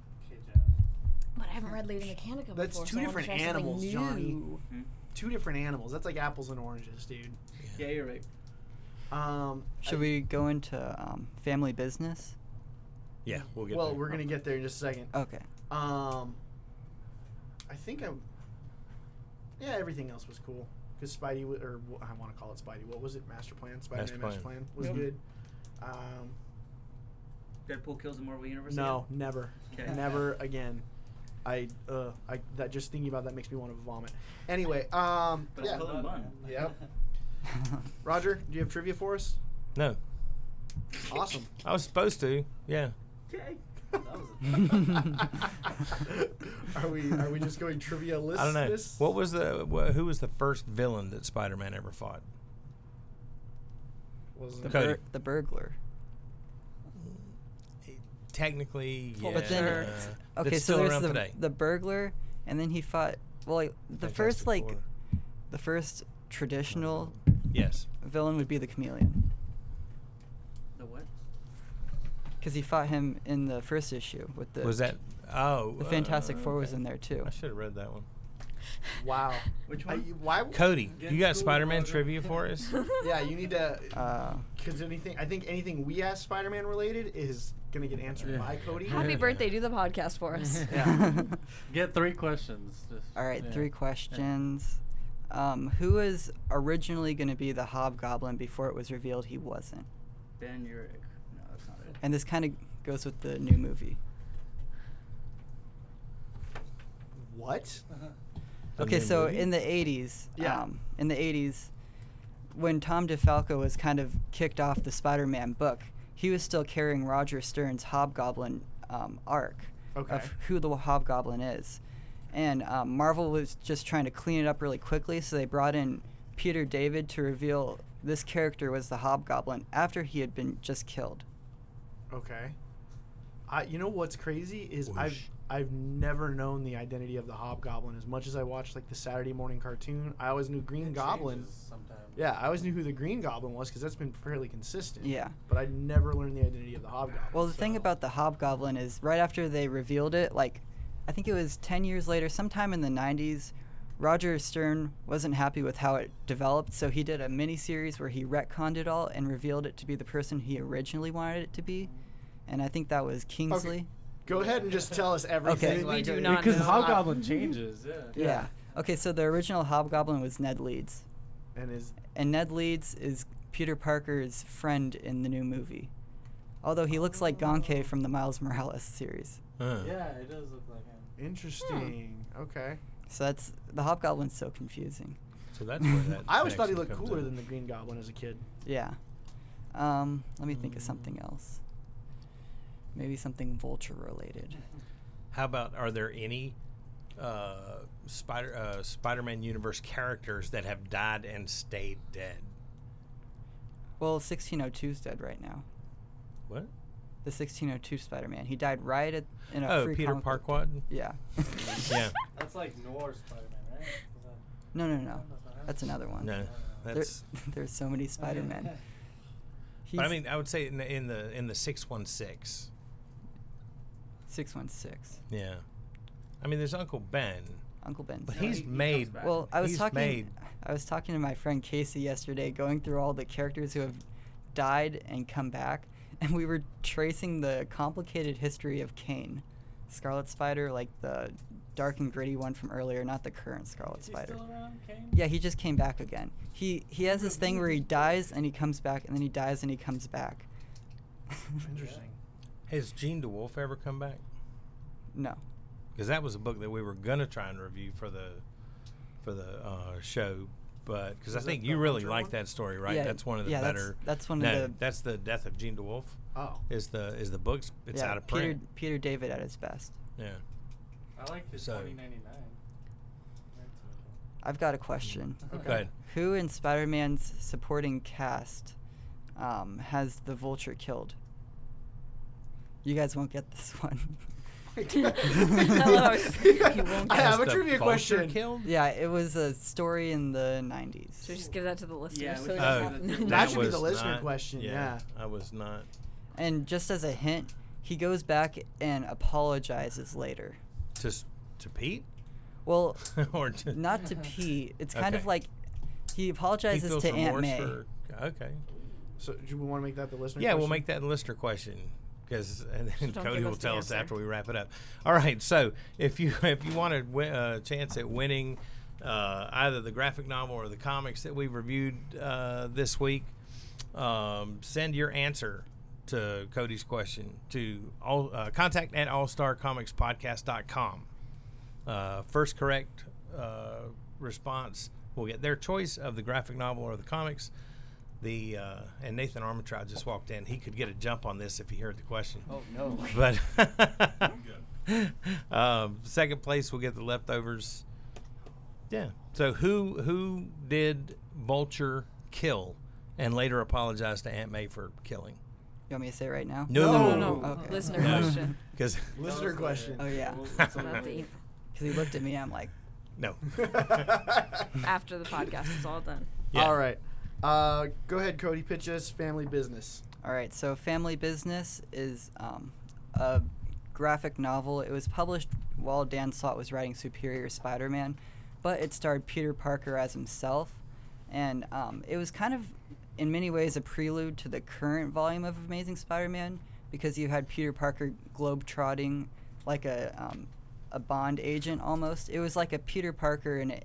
But I haven't read Lady Mechanica That's before. two so I wanted different to try something animals, new. Johnny. Two different animals. That's like apples and oranges, dude. Yeah, you're right. Um, Should we go into um, family business? Yeah, we'll get. well, there. we're gonna get there in just a second. Okay. <laughs> Um, I think I. Yeah, everything else was cool because Spidey w- or wh- I want to call it Spidey. What was it? Master Plan. Spider-Man Master Master Plan, Plan. was Yep. good. Um, Deadpool kills the Marvel Universe. no, never, Okay. never again. I uh, I that just thinking about that makes me want to vomit. Anyway, um, But yeah, it's Cullen Bunn. <laughs> Yep. Roger, do you have trivia for us? no, Awesome. <laughs> Oh. I was supposed to. Yeah. <laughs> Okay. That was a are we are we just going trivia list? I don't know. This? What was the wha who was the first villain that Spider-Man ever fought? was The, it? Cody. bur- the burglar. Technically, yeah. uh, But then it's- okay, That's so still there's around the, today. the burglar, and then he fought. Well, like, the Fantastic first like Four. the first traditional yes, villain would be the chameleon, The what? because he fought him in the first issue with the was that oh the Fantastic uh, Four was okay. in there too. I should have read that one. <laughs> Wow. <laughs> Which I, one? why? Cody, Get you got school Spider-Man logo. trivia for <laughs> us? Yeah, you need to. Uh, Because anything, I think anything we ask Spider-Man related is gonna get answered Yeah. by Cody. Happy Yeah. birthday! Do the podcast for us. <laughs> Yeah. Get three questions. Just, <laughs> All right, yeah. three questions. Um, who was originally going to be the Hobgoblin before it was revealed he wasn't? Ben Urich. No, that's not it. And this kind of goes with the new movie. What? The okay, new so movie? in the 80s, Yeah. um, in the 80s, when Tom DeFalco was kind of kicked off the Spider Man book, he was still carrying Roger Stern's Hobgoblin um, arc Okay. of who the Hobgoblin is. And um, Marvel was just trying to clean it up really quickly, so they brought in Peter David to reveal this character was the Hobgoblin after he had been just killed. Okay. I, you know what's crazy is I've Whoosh. I've never known the identity of the Hobgoblin as much as I watched like the Saturday morning cartoon. I always knew Green Goblin. Yeah, I always knew who the Green Goblin was because that's been fairly consistent. Yeah. But I never learned the identity of the Hobgoblin. Well, the thing so- about the Hobgoblin is right after they revealed it, like I think it was 10 years later, sometime in the 90s, Roger Stern wasn't happy with how it developed, so he did a mini series where he retconned it all and revealed it to be the person he originally wanted it to be. And I think that was Kingsley. go ahead and just tell us everything. We like, do uh, not Because know. Hobgoblin <laughs> changes. Yeah. Okay, so the original Hobgoblin was Ned Leeds. And is And Ned Leeds is Peter Parker's friend in the new movie. Although he looks like Gonke from the Miles Morales series. Uh, it does look like him. <laughs> interesting. Okay. So that's the Hobgoblin's so confusing. So that's where that. <laughs> I always thought he connection looked comes cooler in. than the Green Goblin as a <laughs> kid. Yeah. Um, let me think of Mm. something else. Maybe something vulture related. How about are there any uh, Spider uh, Spider-Man universe characters that have died and stayed dead? Well, 1602's dead right now. What? The 1602 Spider-Man. He died right at in a oh, free Peter comic book- Parquad. Yeah. <laughs> yeah. That's like Norse Spider-Man, right? <laughs> No, no, no. That's another one. No, There- that's. <laughs> there's so many Spider-Men. <laughs> He's But I mean, I would say in the in the in the six one six. 616. Yeah. I mean, there's Uncle Ben, Uncle Ben. but No, he's he- he comes made. back. Well, I was he's talking. made- I was talking to my friend Casey yesterday, going through all the characters who have died and come back, and we were tracing the complicated history of Kane, Scarlet Spider, like the dark and gritty one from earlier, not the current Scarlet Spider. Yeah, he just came back again. He he has this thing where he dies and he comes back, and then he dies and he comes back. Interesting. Has Gene DeWolf ever come back? <laughs> no. because that was a book that we were gonna try and review for the for the uh, show. But because I Was that think the you really Hunter like one? that story, right? Yeah, that's one of the yeah, that's- better. that's one of no, the- That's the death of Gene DeWolf. Oh. <laughs> Is the is the books? It's yeah, out of Peter print. Peter David at his best. yeah. I like the So- 2099. I've got a question. Go ahead. Who in Spider Man's supporting cast um, has the vulture killed? You guys won't get this <laughs> one. <laughs> I have a Has the trivia vulture question. Killed? <laughs> yeah, it was a story in the 90s. Should we just give that to the listeners? Yeah, we so we should don't Oh, have <laughs> have to- That should be the was listener not- question, yeah. I was not. And just as a hint, he goes back and apologizes later. To s- to Pete Well, <laughs> or to not to Pete. It's kind of Okay. like he He apologizes feels to Aunt remorse May. for- okay. So do we want to make that the listener? Yeah, we'll question? <laughs> make that a listener question because and then don't Cody give will us the tell us answer. after we wrap it up. All right, so if you <laughs> if you want a wi- uh, chance at winning uh, either the graphic novel or the comics that we reviewed uh, this week, um, send your answer to Cody's question to all uh, contact at allstarcomicspodcast.com. Uh, first correct uh, response will get their choice of the graphic novel or the comics. The uh, and Oh. Nathan Armitage just walked in. He could get a jump on this if he heard the question. Oh no. But <laughs> um, second place, we'll get the leftovers. Yeah. So who who did Vulture kill and later apologize to Aunt May for killing? You want me to say it right now? No, No, no, no. Okay. Listener No. <laughs> question. Because Listener question. uh, Oh, yeah. About the <laughs> e- Because he looked at me, I'm like, <laughs> no. after the podcast is all done. Yeah. All right. Uh, go ahead, Cody. Pitch us family business. All right, so Family Business is um, a graphic novel. It was published while Dan Slott was writing Superior Spider Man, but it starred Peter Parker as himself. And um, it was kind of, in many ways, a prelude to the current volume of Amazing Spider Man because you had Peter Parker globetrotting like a, um, a Bond agent almost. It was like a Peter Parker and a,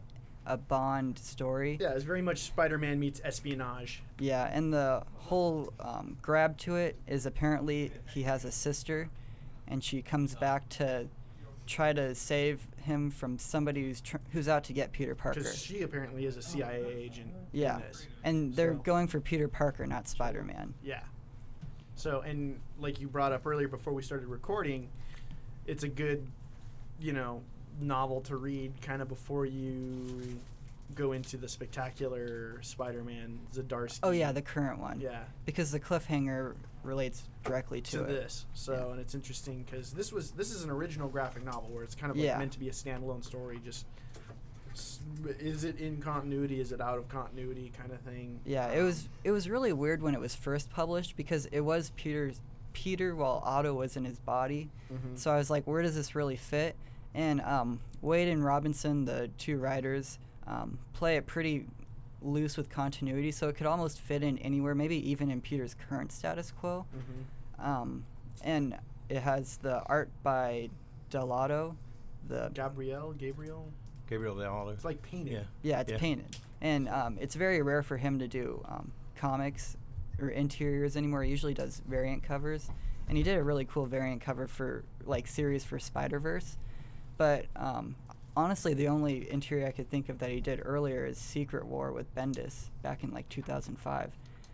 a Bond story. Yeah, it's very much Spider-Man meets espionage. Yeah, and the whole um, grab to it is apparently he has a sister, and she comes back to try to save him from somebody who's tr- who's out to get Peter Parker. Because she apparently is a CIA agent. in Yeah, this. and they're So- going for Peter Parker, not Spider Man. Yeah. So, and like you brought up earlier before we started recording, it's a good, you know, novel to read kind of before you go into the spectacular Spider-Man Zdarsky. Oh yeah, the current one. yeah Because the cliffhanger relates directly to, to it. this. So, Yeah. and it's interesting because this was this is an original graphic novel where it's kind of like Yeah. meant to be a standalone story. Just s- is it in continuity? Is it out of continuity? Kind of thing. Yeah, it Um, was it was really weird when it was first published because it was Peter's Peter while Otto was in his body. Mhm. So I was like, where does this really fit? And um, Wade and Robinson, the two writers, um, play it pretty loose with continuity, so it could almost fit in anywhere, maybe even in Peter's current status quo. Mhm. Um, and it has the art by Delato. The Gabrielle, Gabriel. Gabriel De Aldo. It's like painted. Yeah. yeah, it's Yeah. painted, and um, it's very rare for him to do um, comics or interiors anymore. He usually does variant covers, and he did a really cool variant cover for like series for Spider Verse. But um, honestly, the only interior I could think of that he did earlier is Secret War with Bendis back in like 2005.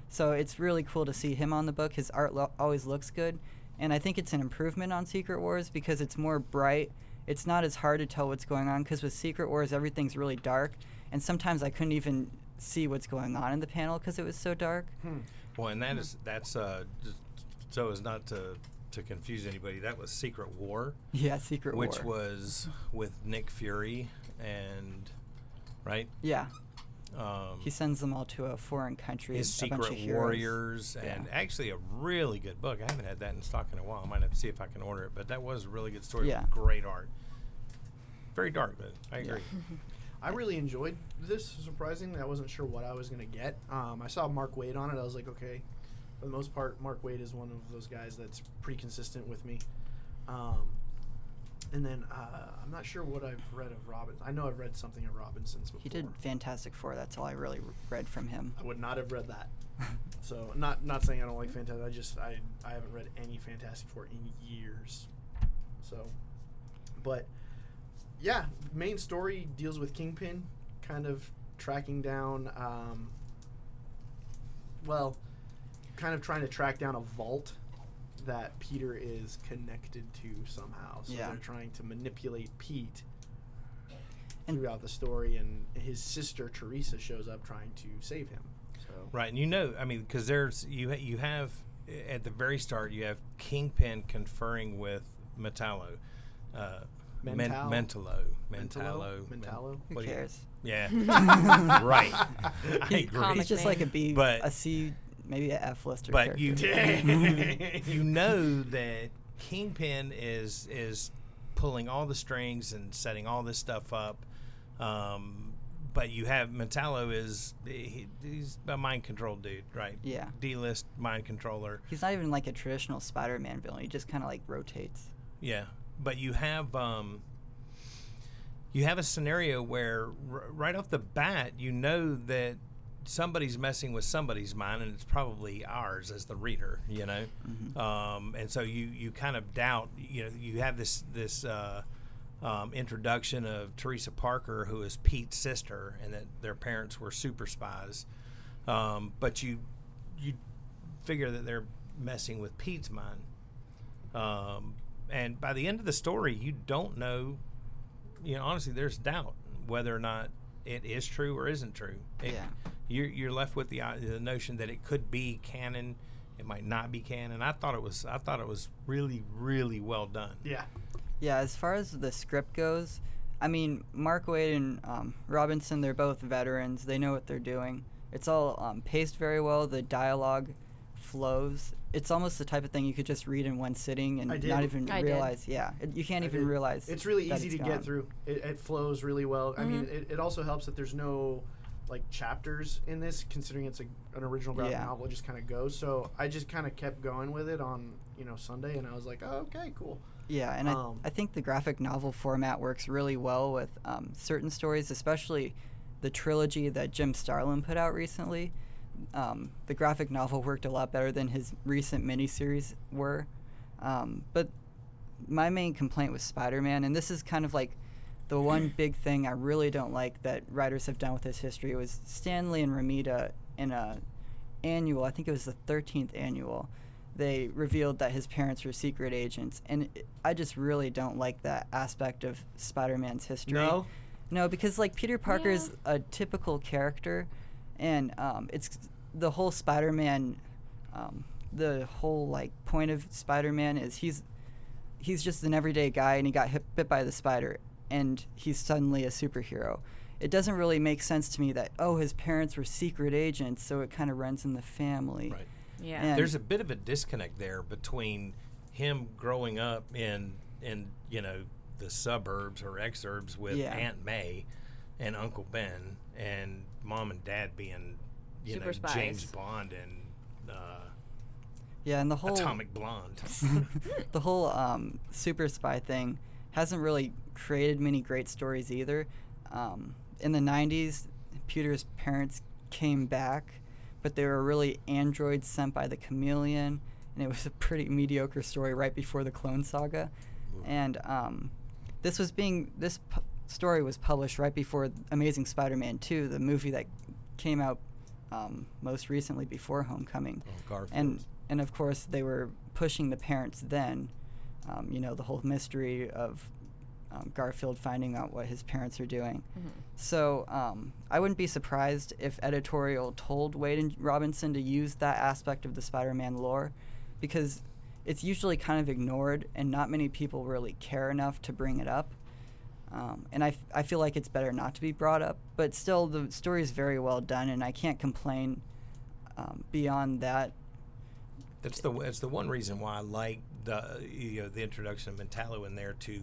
So it's really cool to see him on the book. His art lo- always looks good, and I think it's an improvement on Secret Wars because it's more bright. It's not as hard to tell what's going on because with Secret Wars everything's really dark, and sometimes I couldn't even see what's going on in the panel because it was so dark. Hmm. Hmm. Well, and Mm-hmm. that is that's uh, just so as not to to confuse anybody. That was Secret War, Yeah, Secret which War. was with Nick Fury and right. yeah, Um, he sends them all to a foreign country. his a bunch of Secret heroes. Warriors, Yeah. and actually a really good book. I haven't had that in stock in a while. I might have to see if I can order it, but that was a really good story. with Yeah. Great art. Very dark, but I agree. Mm-hmm. I really enjoyed this. Surprisingly, I wasn't sure what I was gonna get. Um, I saw Mark Wade on it. I was like, okay. For the most part, Mark Wade is one of those guys that's pretty consistent with me. Um, and then uh, I'm not sure what I've read of Robbins. I know I've read something of Robinson's before. He did Fantastic Four. That's all I really r- read from him. I would not have read <laughs> that. So not not saying I don't like Fantastic. I just I I haven't read any Fantastic Four in years. So, but yeah, main story deals with Kingpin, kind of tracking down. Um, well, kind of trying to track down a vault that Peter is connected to somehow. So Yeah. they're trying to manipulate Pete And- throughout the story, and his sister Teresa shows up trying to save him. So Right, and you know, I mean, because there's you ha- you have at the very start you have Kingpin conferring with Metallo, uh, Men- Mental. Mentalo, Mentallo? Mentallo, Mentallo? Who what do you- cares? <laughs> yeah, right. I <laughs> He's agree. comic He's just like a name. B, But- a C, maybe a F lister. <laughs> But you character. you <laughs> know that Kingpin is is pulling all the strings and setting all this stuff up. Um, but you have Metallo is he, he's a mind control dude, right? Yeah. D list mind controller. He's not even like a traditional Spider-Man villain. He just kind of like rotates. Yeah, but you have um, you have a scenario where r- right off the bat you know that somebody's messing with somebody's mind, and it's probably ours as the reader, you know. Um, and so you you kind of doubt. You know, you have this this. Uh, um, introduction of Teresa Parker, who is Pete's sister, and that their parents were super spies. Um, but you you figure that they're messing with Pete's mind, um, and by the end of the story, you don't know. You know, honestly, there's doubt whether or not it is true or isn't true. It- Yeah. You're you're left with the i- the notion that it could be canon, it might not be canon. I thought it was. I thought it was really really well done. Yeah. Yeah, as far as the script goes, I mean, Mark Wade and um, Robinson, they're both veterans. They know what they're doing. It's all um, paced very well. The dialogue flows. It's almost the type of thing you could just read in one sitting and I did. not even I did. realize. Yeah, it, you can't I even did. realize. It's really that easy to it's gone. Mm-hmm. get through. It, it flows really well. I mean, it, it also helps that there's no like chapters in this, considering it's a, an original graphic Yeah. novel. It just kind of goes. So I just kind of kept going with it on you know Sunday, and I was like, oh, okay, cool. Yeah, and Um, I, I think the graphic novel format works really well with um, certain stories, especially the trilogy that Jim Starlin put out recently. Um, the graphic novel worked a lot better than his recent miniseries were. Um, but my main complaint with Spider Man, and this is kind of like the one big thing I really don't like that writers have done with this history, was Stanley and Ramita in a annual, I think it was the 13th annual, they revealed that his parents were secret agents. And it, I just really don't like that aspect of Spider Man's history. No? No, because like Peter Parker Yeah. is a typical character, and um, it's the whole Spider Man, um, the whole like point of Spider Man is he's he's just an everyday guy and he got hit, bit by the spider and he's suddenly a superhero. It doesn't really make sense to me that oh his parents were secret agents, so it kind of runs in the family. Right. Yeah. And- There's a bit of a disconnect there between him growing up in in you know the suburbs or exurbs with Yeah. Aunt May and Uncle Ben and Mom and Dad being you Super know spies. James Bond and uh, Yeah, and the whole Atomic Blonde. <laughs> <laughs> the whole um, super spy thing hasn't really created many great stories either. Um, in the 90s, Peter's parents came back, but they were really androids sent by the chameleon, and it was a pretty mediocre story right before the Clone Saga. And um, this was being this pu- story was published right before Amazing Spider-Man 2, the movie that came out um, most recently before Homecoming Oh, Garfield. and and of course they were pushing the parents then um, you know the whole mystery of um, garfield finding out what his parents are doing Mm-hmm. so um, i wouldn't be surprised if editorial told wade and robinson to use that aspect of the spider-man lore because it's usually kind of ignored and not many people really care enough to bring it up um, and I, f- I feel like it's better not to be brought up but still the story is very well done and i can't complain um, beyond that That's the that's the one reason why I like the you know the introduction of Metallo in there to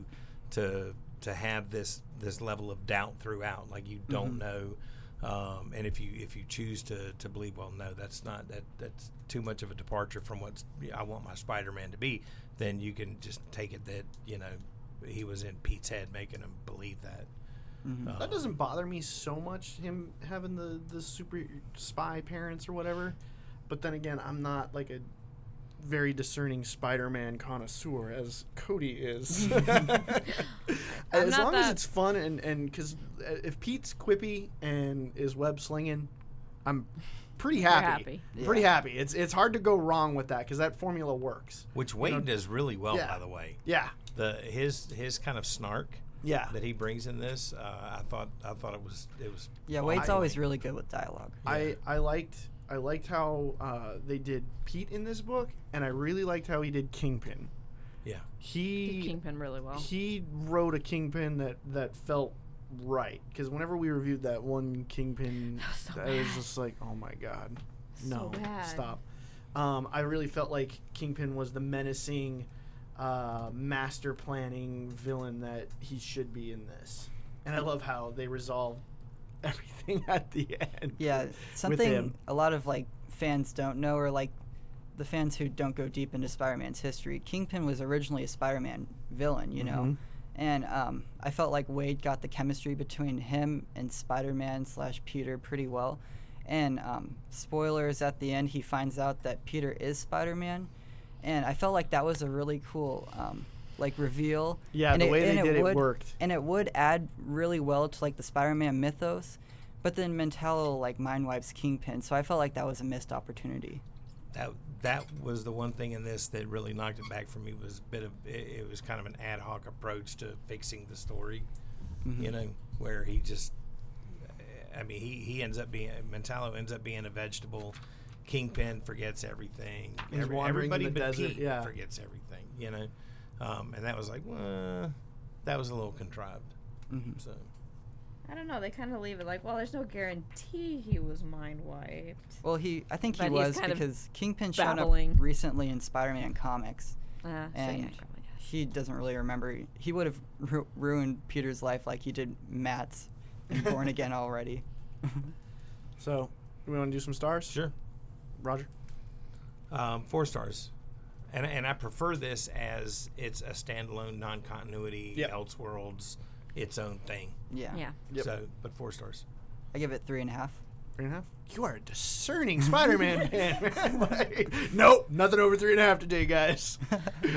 to to have this this level of doubt throughout. Like you don't know, um, and if you if you choose to, to believe, well, no, that's not that that's too much of a departure from what I want my Spider Man to be. Then you can just take it that you know he was in Pete's head, making him believe that. Um, That doesn't bother me so much him having the the super spy parents or whatever. But then again, I'm not like a very discerning Spider-Man connoisseur as Cody is. <laughs> as long not as that- it's fun and and because if Pete's quippy and is web slinging, I'm pretty happy. happy. Pretty happy. It's it's hard to go wrong with that because that formula works. Which Wade does really well, Yeah. by the way. Yeah. The his his kind of snark. Yeah. that he brings in this. Uh, I thought I thought it was it was Yeah, Wade's always really good with dialogue. I, I liked I liked how uh, they did Pete in this book, and I really liked how he did Kingpin. yeah He Kingpin really well. he wrote a Kingpin that that felt right because whenever we reviewed that one Kingpin, was so I was bad. just like, oh my god, no, So bad. stop. Um, I really felt like Kingpin was the menacing, uh, master planning villain that he should be in this, and I love how they resolved <laughs> everything at the <laughs> end. Yeah, him. something a lot of like fans don't know, or like the fans who don't go deep into Spider-Man's history. Kingpin was originally a Spider-Man villain, you Mm-hmm. know, and um, I felt like Wade got the chemistry between him and Spider-Man slash Peter pretty well. And um, spoilers at the end, he finds out that Peter is Spider-Man, and I felt like that was a really cool um, like reveal. Yeah, and the way they and did it would- worked. and it would add really well to like the Spider-Man mythos, but then Mentallo like mind wipes Kingpin, so I felt like that was a missed opportunity. that that was the one thing in this that really knocked it back for me was a bit of it, it was kind of an ad hoc approach to fixing the story Mm-hmm. you know where he just i mean he, he ends up being mentallo ends up being a vegetable kingpin forgets everything He's wandering in everybody the but desert, Pete yeah. forgets everything you know um, and that was like well, that was a little contrived Mm-hmm. Mhm. so I don't know. They kind of leave it like, well, there's no guarantee he was mind wiped. Well, he I think he But he's was kind of because Kingpin showed babbling. up recently in Spider-Man comics, Uh, so yeah, And- probably. he doesn't really remember. He would have ru- ruined Peter's life like he did Matt's in Born Again already. <laughs> So, we want to do some stars? sure Roger. um, four stars and, and i prefer this as it's a standalone non-continuity Yep. elseworlds its own thing yeah. Yeah. Yep. so but four stars I give it three and a half. Three and a half. You are a discerning <laughs> Spider-Man fan. man. <laughs> Like, nope, nothing over three and a half today, guys.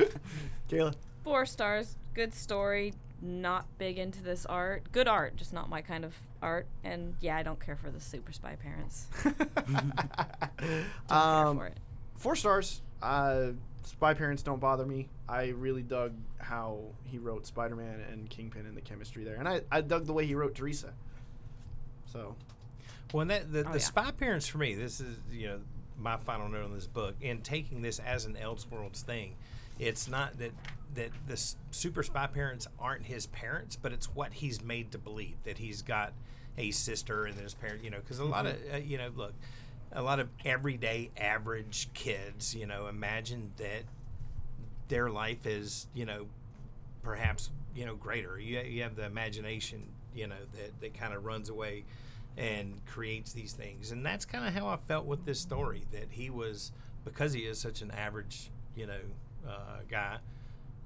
<laughs> Kayla. Four stars. Good story. Not big into this art. Good art, just not my kind of art. And yeah, I don't care for the super spy <laughs> parents. <laughs> Don't um, care for it. four stars. Uh, Spy Parents don't bother me. I really dug how he wrote Spider-Man and Kingpin and the chemistry there, and I, I dug the way he wrote Teresa. So Well, and that the, the Oh, yeah. spy parents for me, this is you know my final note on this book. In taking this as an Elseworlds thing, it's not that that the s- super spy parents aren't his parents, but it's what he's made to believe that he's got a sister and his parent. You know, because a lot of Mm-hmm. uh, you know, look, a lot of everyday average kids, you know, imagine that their life is you know perhaps you know greater. You, you have the imagination, you know, that, that kind of runs away and creates these things. And that's kind of how I felt with this story that he was because he is such an average, you know, uh, guy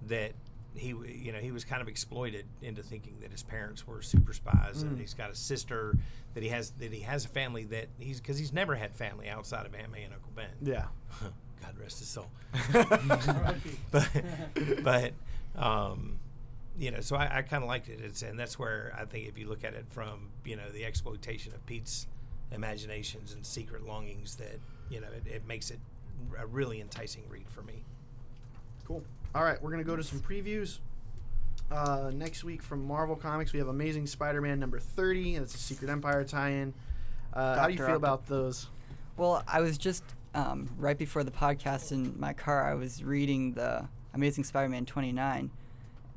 that he w- you know he was kind of exploited into thinking that his parents were super spies and he's got a sister that he has that he has a family that he's because he's never had family outside of Aunt May and Uncle Ben. yeah, <laughs> God rest his soul. <laughs> but but um, you know, so I, I kind of liked it. It's and that's where I think if you look at it from you know the exploitation of Pete's imaginations and secret longings, that you know it, it makes it a really enticing read for me. cool. All right, we're gonna go to some previews. Uh, next week from Marvel Comics, we have Amazing Spider-Man number thirty. and It's a Secret Empire tie-in. Uh, how do you Dr. feel Octo- about those? <laughs> Well, I was just um, right before the podcast in my car. I was reading the Amazing Spider-Man 29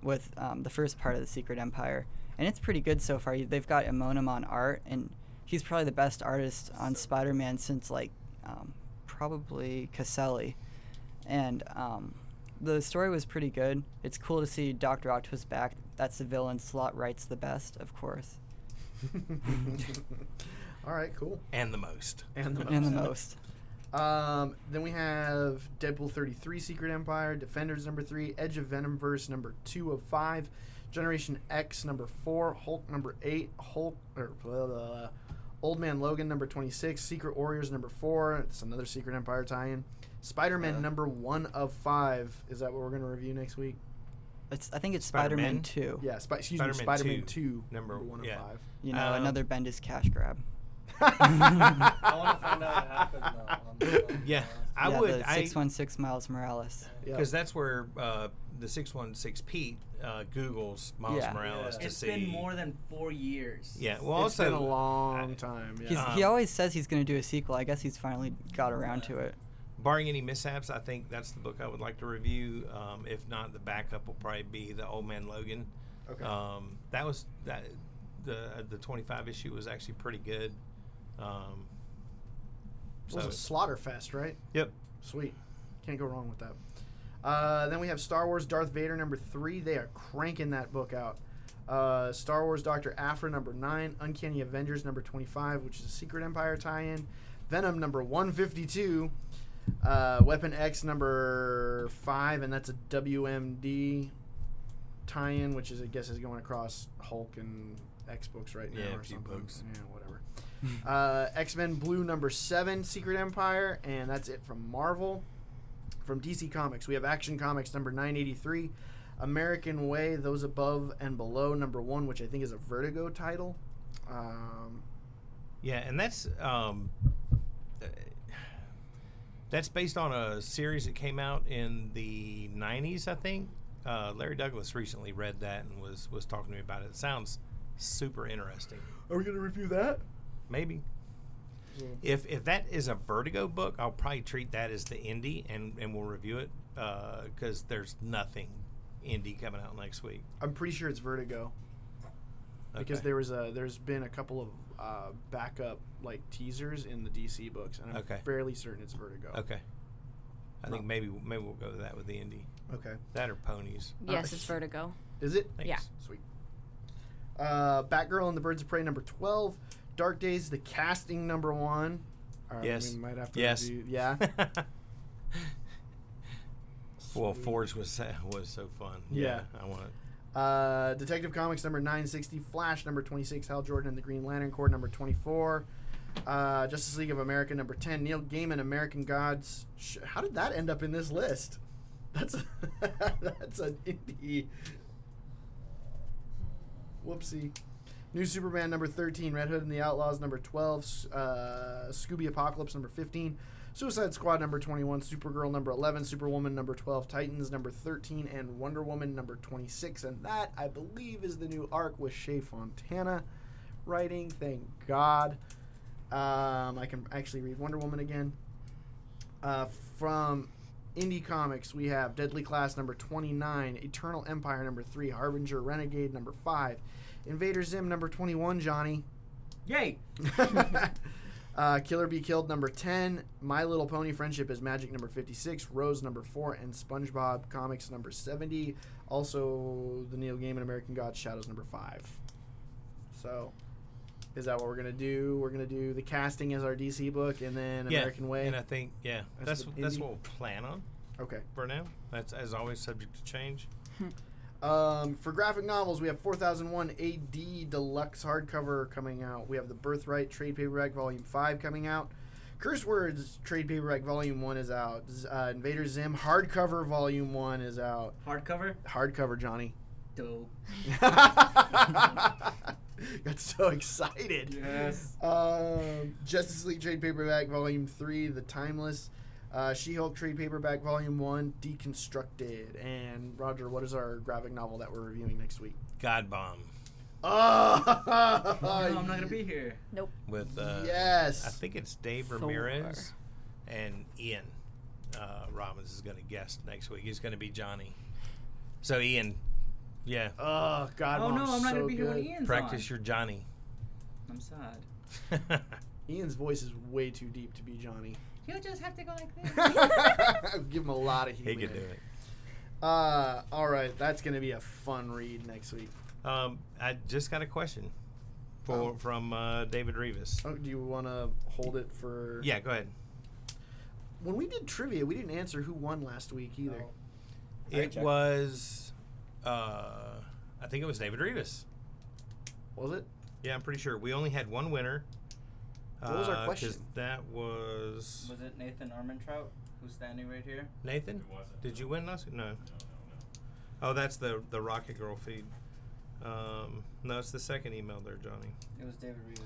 with um, the first part of the Secret Empire, and it's pretty good so far. You- They've got Amonum on art, and he's probably the best artist on Spider-Man since like um, probably Caselli. And um, the story was pretty good. It's cool to see Doctor Octopus back. That's the villain. Slot writes the best, of course, All right, cool. And the most. And the most. and the most. Um, then we have Deadpool 33 Secret Empire, Defenders number 3, Edge of Venom Verse number 2 of 5, Generation X number 4, Hulk number 8, Hulk or blah, blah, blah, Old Man Logan number 26, Secret Warriors number 4, it's another Secret Empire tie-in. Spider-Man Uh. number 1 of 5, is that what we're going to review next week? It's, I think it's Spider-Man? Spider-Man 2. Yeah, Spi- excuse me, Spider-Man Spider-Man 2, 2, number- 1 yeah. of 5. You know, Um, another Bendis cash grab. <laughs> I want to find out what happened though. on the- on the- <laughs> Yeah, I yeah, would. The I 616 Miles Morales. Yeah. because that's where uh, the six one six Pete uh, Google's Miles Yeah. Morales Yeah. to It's see. been more than four years. yeah, well, Well, it's also been a long I- time. Yeah. He's, he Um, always says he's going to do a sequel. I guess he's finally got around to it. <laughs> barring any mishaps, I think that's the book I would like to review. Um, if not, the backup will probably be the Old Man Logan. Okay. Um, that was that the the 25 issue was actually pretty good. Um, It was a slaughter fest, right? yep. Sweet. Can't go wrong with that. Uh, then we have Star Wars Darth Vader number three. They are cranking that book out. Uh, Star Wars Doctor Aphra number nine. Uncanny Avengers number 25, which is a Secret Empire tie in. Venom number 152. Uh, Weapon X number five, and that's a WMD tie in, which is, I guess, is going across Hulk and X books right now. Yeah, a or few something. books. Yeah, whatever. <laughs> Uh, X Men Blue number seven, Secret Empire, and that's it from Marvel. From DC Comics, we have Action Comics number 983, American Way, Those Above and Below number one, which I think is a Vertigo title. Um, Yeah, and that's um, uh, That's based on a series that came out in the '90s, I think. Uh, Larry Douglas recently read that and was was talking to me about it. It sounds super interesting. Are we gonna review that? Maybe. If if that is a Vertigo book, I'll probably treat that as the indie and and we'll review it because there's nothing indie coming out next week. I'm pretty sure it's Vertigo because Okay. there was a there's been a couple of uh, backup like teasers in the DC books, and I'm Okay. fairly certain it's Vertigo. okay. I think maybe maybe we'll go with that with the indie. Okay. That or ponies. Yes, it's Vertigo. Is it? Thanks. Yeah. Sweet. Uh, Batgirl and the Birds of Prey number twelve. Dark Days, the casting number one. Uh, Yes. We might have to Yes. review- <laughs> Yeah. well, Sweet. Forge was so- was so fun. Yeah. I want it. Uh, Detective Comics number 960, Flash number 26, Hal Jordan and the Green Lantern Corps number 24, uh, Justice League of America number 10, Neil Gaiman, American Gods. Sh- how did that end up in this list? <laughs> That's that's an indie. Whoopsie. New Superman number 13, Red Hood and the Outlaws number 12, S- uh, Scooby Apocalypse number 15, Suicide Squad number 21, Supergirl number 11, Superwoman number 12, Titans number 13, and Wonder Woman number 26. And that, I believe, is the new arc with Shea Fontana writing. Thank God. Um, I can actually read Wonder Woman again. Uh, from Indie Comics, we have Deadly Class number 29, Eternal Empire number 3, Harbinger Renegade number 5, Invader Zim number 21, <laughs> Johnny. Yay! uh, Killer Be Killed number 10, My Little Pony Friendship is Magic number 56, Rose number 4, and SpongeBob Comics number 70. Also, the Neil Gaiman American Gods Shadows number 5. So, is that what we're going to do? We're going to do the casting as our DC book and then Yeah, American Way? And I think yeah, That's that's the that's, that's indie- what we'll plan on okay. for now. That's as always subject to change. Um, for graphic novels, we have 4001 AD Deluxe hardcover coming out. We have The Birthright trade paperback volume 5 coming out. Curse Words trade paperback volume 1 is out. Z- Uh, Invader Zim hardcover volume 1 is out. Hardcover? Hardcover, Johnny. <laughs> Dope. Got so excited. Yes. Um, Justice League trade paperback volume three, The Timeless, uh, She-Hulk trade paperback volume one, Deconstructed, and Roger. What is our graphic novel that we're reviewing next week? God bomb Oh, <laughs> no, I'm not gonna be here. with uh, yes. I think it's Dave Thor. Ramirez and Ian uh, Robbins is going to guest next week. He's going to be Johnny. So Ian, yeah, Oh God. oh no, Mom's I'm not so gonna be here good. when Ian's practice on. your <laughs> Johnny. I'm sad. Ian's voice is way too deep to be <laughs> Johnny. You'll just have to go like <laughs> Give him a lot of heat. he could do it. Uh, all right, that's gonna be a fun read next week. Um, I just got a question for Oh. from uh, David Rivas. Oh, do you want to hold it for? Yeah, go ahead. When we did trivia, we didn't answer who won last week either. No. I It checked. was, uh, I think it was David Rivas. Was it? Yeah, I'm pretty sure. We only had one winner. What was our uh, 'cause question? That was Was it Nathan Armentrout who's standing right here? Nathan. Did you win last? No. Oh, that's the the Rocket Girl feed. Um, no, it's the second email there, Johnny. It was David Reeves.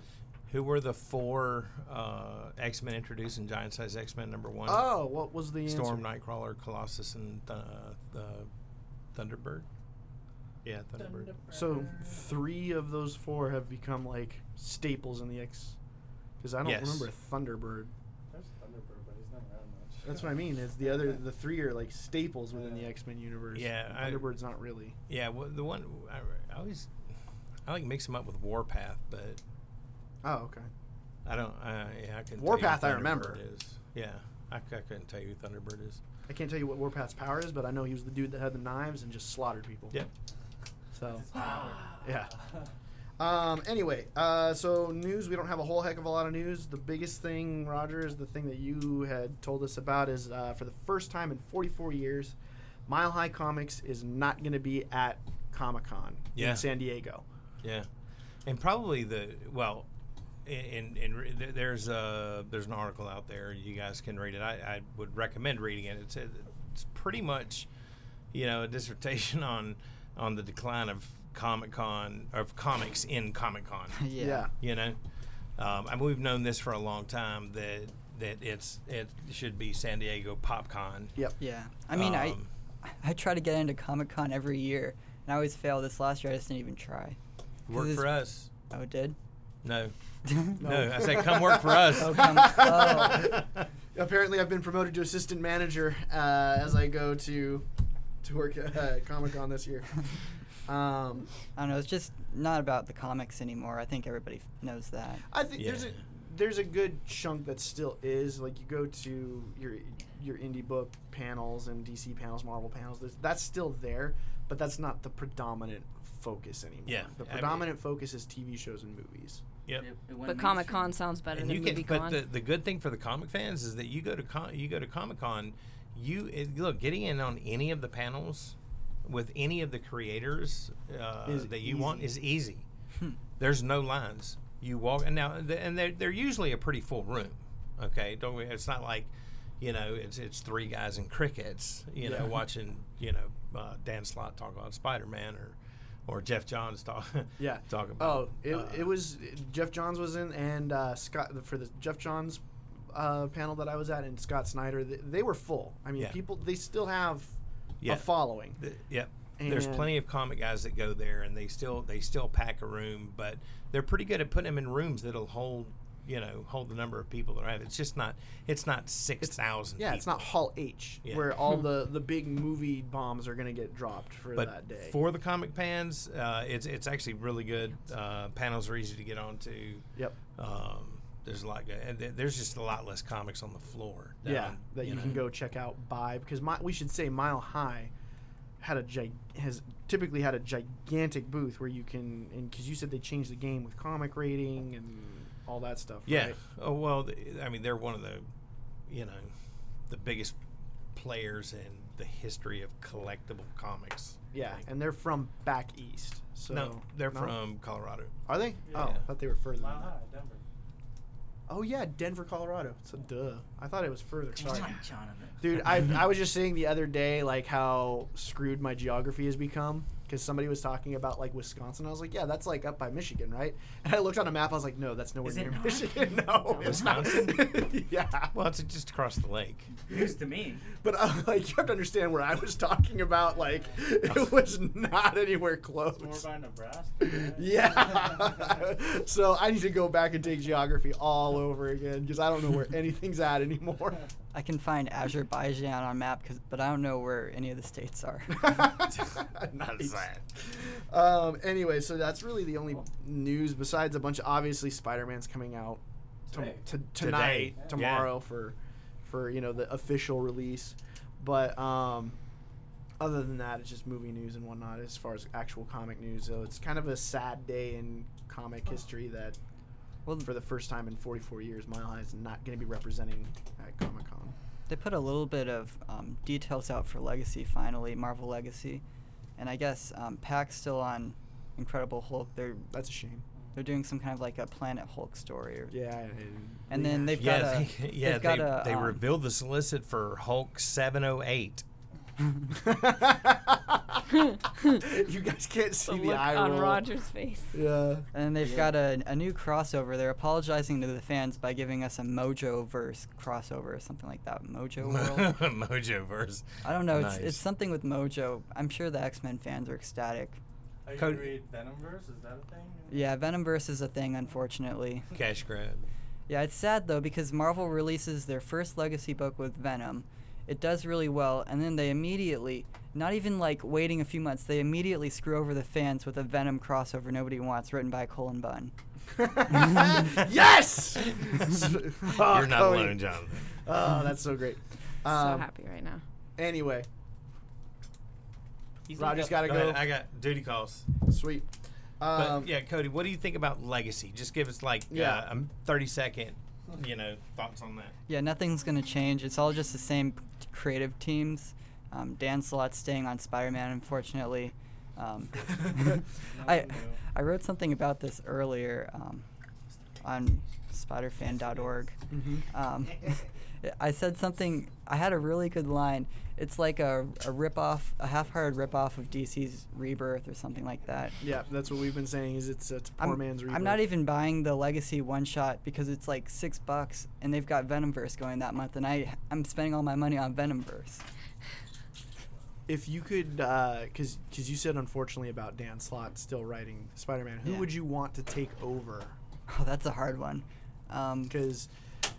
Who were the four uh, X Men introduced in Giant Size X Men number one? Oh, what was the answer? Storm, Nightcrawler, Colossus, and uh, the Thunderbird. Yeah, Thunderbird. So three of those four have become like staples in the X. Because I don't Yes. remember a Thunderbird. There's Thunderbird, but he's not around much. That's what I mean. Is the <laughs> other the three are like staples within the X Men universe. Yeah, I- Thunderbird's not really. Yeah, well, the one I, I always I like mix them up with Warpath, but Oh, okay. I don't. Uh, yeah, I can. Warpath, I tell you who remember. Thunderbird Is. Yeah, I, c- I couldn't tell you who Thunderbird is. I can't tell you what Warpath's power is, but I know he was the dude that had the knives and just slaughtered people. Yep. So It's power. yeah. <laughs> Um, anyway, uh, so news, we don't have a whole heck of a lot of news. The biggest thing, Roger, is the thing that you had told us about is uh, for the first time in 44 years, Mile High Comics is not going to be at Comic Con Yeah. in San Diego. Yeah, and probably the well, and and re- there- there's a there's an article out there. You guys can read it. I, I would recommend reading it. It's it's pretty much, you know, a dissertation <laughs> on on the decline of Comic Con of comics <laughs> in Comic Con. yeah. Yeah. You know, um, I mean, we've known this for a long time that that it's it should be San Diego PopCon. Yep. Yeah. I mean, Um, I I try to get into Comic Con every year, and I always fail. This last year, I just didn't even try. 'Cause Work it's- for us. Oh, it did. <laughs> No, No. no. I said, come work for us. Oh, come- oh. <laughs> Apparently, I've been promoted to assistant manager uh, as I go to to work at uh, Comic Con this year. Um, I don't know. It's just not about the comics anymore. I think everybody f- knows that. I think there's a Yeah. there's a good chunk that still is like you go to your your indie book panels and DC panels, Marvel panels. There's, that's still there, but that's not the predominant focus anymore. Yeah, the I mean- predominant focus is TV shows and movies. Yep. It- it went But Comic mainstream. Con sounds better and than you can, Movie but Con. the, the good thing for the comic fans is that you go to con, you go to Comic Con, you it, look getting in on any of the panels with any of the creators uh, Is that you want easy. Hmm. is easy. Hmm. There's no lines. You walk and now the- and they're, they're usually a pretty full room. Okay, don't we, it's not like you know it's it's three guys in crickets you know Yeah. <laughs> watching you know uh, Dan Slott talk about Spider Man or or Jeff Johns talk Yeah. <laughs> talk about Oh, it, uh, it was Jeff Johns was in, and uh, Scott for the Jeff Johns uh, panel that I was at, and Scott Snyder. They, they were full. I mean, Yeah. people they still have Yeah. a following. Th- Yep. There's And- plenty of comic guys that go there, and they still they still pack a room, but they're pretty good at putting them in rooms that'll hold you know hold the number of people that are at. it. It's just not it's not six thousand. Yeah, it's not Hall H Yeah. where <laughs> all the the big movie bombs are gonna get dropped for But that day. for the comic fans, uh, it's it's actually really good. Uh, panels are easy to get onto. yep. Um, there's a lot, go- and th- there's just a lot less comics on the floor. yeah, down, that you, can know. go check out by because my, we should say Mile High had a gig, has typically had a gigantic booth where you can and because you said they changed the game with comic rating and all that stuff. Yeah. right? Oh well, th- I mean, they're one of the, you know, the biggest players in the history of collectible comics. Yeah, Like, and they're from back east. So no, they're no? from Colorado. Are they? Yeah. Oh, I thought they were further. Than Mile High, that. Denver. Oh yeah, Denver, Colorado. So duh. I thought it was further. Sorry. Come on, Jonathan. Dude, I, I was just saying the other day like how screwed my geography has become because somebody was talking about like Wisconsin. I was like, yeah, that's like up by Michigan, right? <laughs> And I looked on a map. I was like, no, that's nowhere Is it near not? Michigan. <laughs> No, it's not. Wisconsin? <laughs> yeah, Well, it's just across the lake. News to me. but uh, like you have to understand where I was talking about. Like it was not anywhere close. It's more <laughs> by Nebraska. Yeah. <laughs> so I need to go back and take geography all over again because I don't know where anything's at anymore. I can find Azerbaijan on a map, 'cause- but I don't know where any of the states are. <laughs> Not Nice. that. Um, anyway, so that's really the only news besides a bunch. Obviously, Spider Man's coming out to Today. to tonight, Today. tomorrow Yeah. for for you know the official release. But um, other than that, it's just movie news and whatnot as far as actual comic news. So it's kind of a sad day in comic history that Well, for the first time in 44 years, Mile High is not going to be representing at Comic Con. they put a little bit of um, details out for Legacy finally, Marvel Legacy, and I guess um, Pack's still on Incredible Hulk. They're That's a shame. they're doing some kind of like a Planet Hulk story, or, Yeah. <laughs> and then they've got Yeah, a they, <laughs> yeah. they've got they a, they um, revealed the solicit for Hulk seven oh eight. <laughs> you guys can't the see the, look eye on roll. Roger's face. Yeah. <laughs> and they've got a, a new crossover. They're apologizing to the fans by giving us a Mojo verse crossover or something like <laughs> that. Mojo World. Mojo verse. I don't know. Nice. It's it's something with Mojo. I'm sure the X Men fans are ecstatic. Are you Co- gonna read Venomverse? Is that a thing? Yeah, Venomverse is a thing, unfortunately. Cash grab. Yeah, it's sad though because Marvel releases their first legacy book with Venom. It does really well, and then they immediately, not even like waiting a few months, they immediately screw over the fans with a Venom crossover nobody wants, written by Colin Bunn. <laughs> <laughs> yes. Oh, You're not Cody. alone, Jonathan. Oh, that's so great. so Um, happy right now. <laughs> anyway, You think Roger's I- gotta ahead, go. I got duty calls. sweet. But Um, yeah, Cody, what do you think about legacy? Just give us like Yeah. uh, a thirty second, you know, thoughts on that. Yeah, nothing's gonna change. It's all just the same p- creative teams. Um, Dan Slott staying on Spider-Man, unfortunately. Um, <laughs> I Nothing new. I wrote something about this earlier. Um, on spiderfan.org. Mhm. Um, <laughs> I said something. I had a really good line. It's like a a ripoff, a half-hearted ripoff of DC's Rebirth or something like that. Yeah, that's what we've been saying. Is it's, it's poor I'm, man's. I'm Rebirth. not even buying the Legacy one shot because it's like six bucks, and they've got Venomverse going that month, and I I'm spending all my money on Venomverse. If you could, because because you said unfortunately about Dan Slott still writing Spider-Man, who Yeah. would you want to take over? Oh, that's a hard one. Um, Because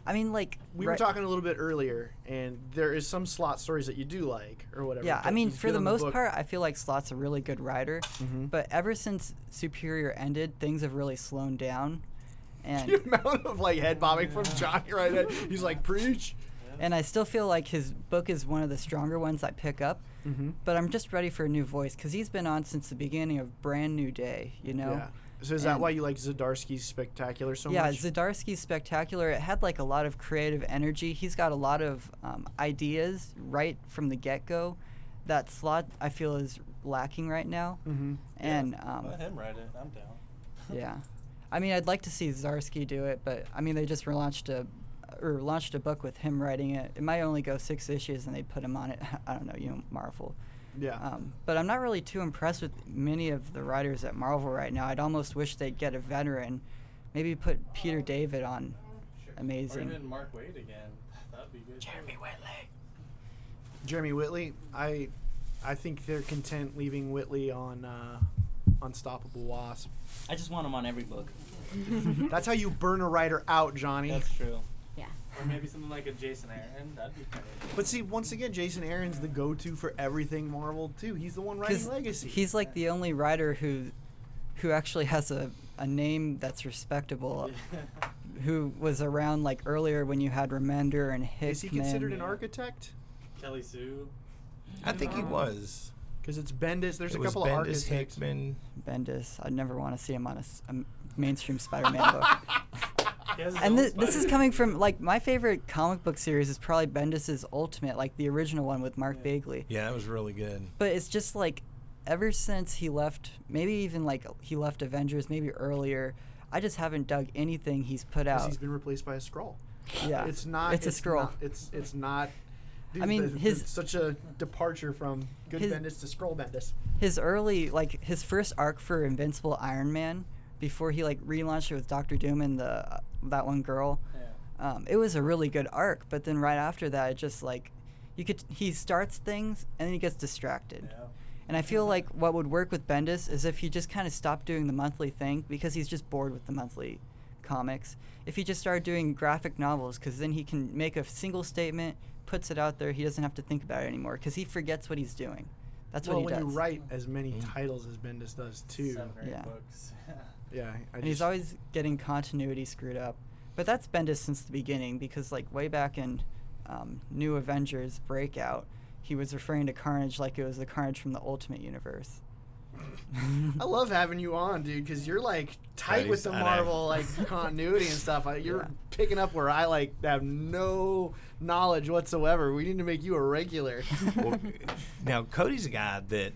I mean, like we were right- talking a little bit earlier, and there is some Slott stories that you do like or whatever. Yeah, I but mean, he's for good the on most book. <laughs> part, I feel like Slot's a really good writer. Mhm. But ever since Superior ended, things have really slowed down, <laughs> and the amount of like head bobbing from Johnny right now, he's like preach. and I still feel like his book is one of the stronger ones I pick up. Mm-hmm. But I'm just ready for a new voice because he's been on since the beginning of Brand New Day. You know. Yeah. So is that And- why you like Zadarsky's Spectacular so yeah, much? Zadarsky's spectacular. It had like a lot of creative energy. He's got a lot of um, ideas right from the get go. That slot I feel is lacking right now. mm-hmm. And um, Let him write it. I'm down. yeah, I mean I'd like to see Zarsky do it, but I mean they just relaunched a or launched a book with him writing it. It might only go six issues, and they put him on it. <laughs> I don't know, you know, Marvel. Yeah. Um, but I'm not really too impressed with many of the writers at Marvel right now. I'd almost wish they'd get a veteran, maybe put Peter David on. Or even Amazing. Mark Wade again. <laughs> That'd be good. Jeremy Wade. Jeremy Whitley, I, I think they're content leaving Whitley on uh, Unstoppable Wasp. I just want him on every book. That's how you burn a writer out, Johnny. That's true. Yeah. Or maybe something like a Jason Aaron. That'd be kind of. but see, once again, Jason Aaron's the go-to for everything Marvel too. He's the one writing 'Cause Legacy. He's like the only writer who, who actually has a, a name that's respectable. <laughs> Who was around like earlier when you had Remender and Hickman. is he considered an architect? Kelly Sue. I think he was. Because it's Bendis. There's it a was couple Bendis, of architects. Hickman. Bendis? I'd never want to see him on a, s- a m- <laughs> mainstream Spider-Man book. He has his And own thi- this is Spider-Man. coming from like my favorite comic book series is probably Bendis's Ultimate, like the original one with Mark Yeah. Bagley. Yeah, that was really good. But <laughs> it's just like ever since he left, maybe even like he left Avengers, maybe earlier. I just haven't dug anything he's put 'Cause out. He's been replaced by a scroll. Yeah, It's not. It's a scroll. not- it's it's not. Dude, I mean, the- the- his- such a departure from good his- Bendis to scroll Bendis. his early like his first arc for Invincible Iron Man before he like relaunched it with Doctor Doom and the uh, that one girl. Yeah. Um, it was a really good arc, but then right after that, it just like you could he starts things and then he gets distracted. Yeah. And I feel like what would work with Bendis is if he just kind of stopped doing the monthly thing because he's just bored with the monthly comics. If he just started doing graphic novels, because then he can make a single statement, puts it out there, he doesn't have to think about it anymore because he forgets what he's doing. That's well, what he when does. you write as many Mm. titles as Bendis does too. Seven or eight Yeah. books. <laughs> Yeah, I and he's always getting continuity screwed up. But that's Bendis since the beginning because, like, way back in um, New Avengers Breakout, he was referring to Carnage like it was the Carnage from the Ultimate Universe. <laughs> I love having you on, dude, because you're like tight Nice, with the I know. Marvel like continuity and stuff. <laughs> I- You're Yeah. picking up where I like have no knowledge whatsoever. We need to make you a <laughs> regular. well, now Cody's a guy that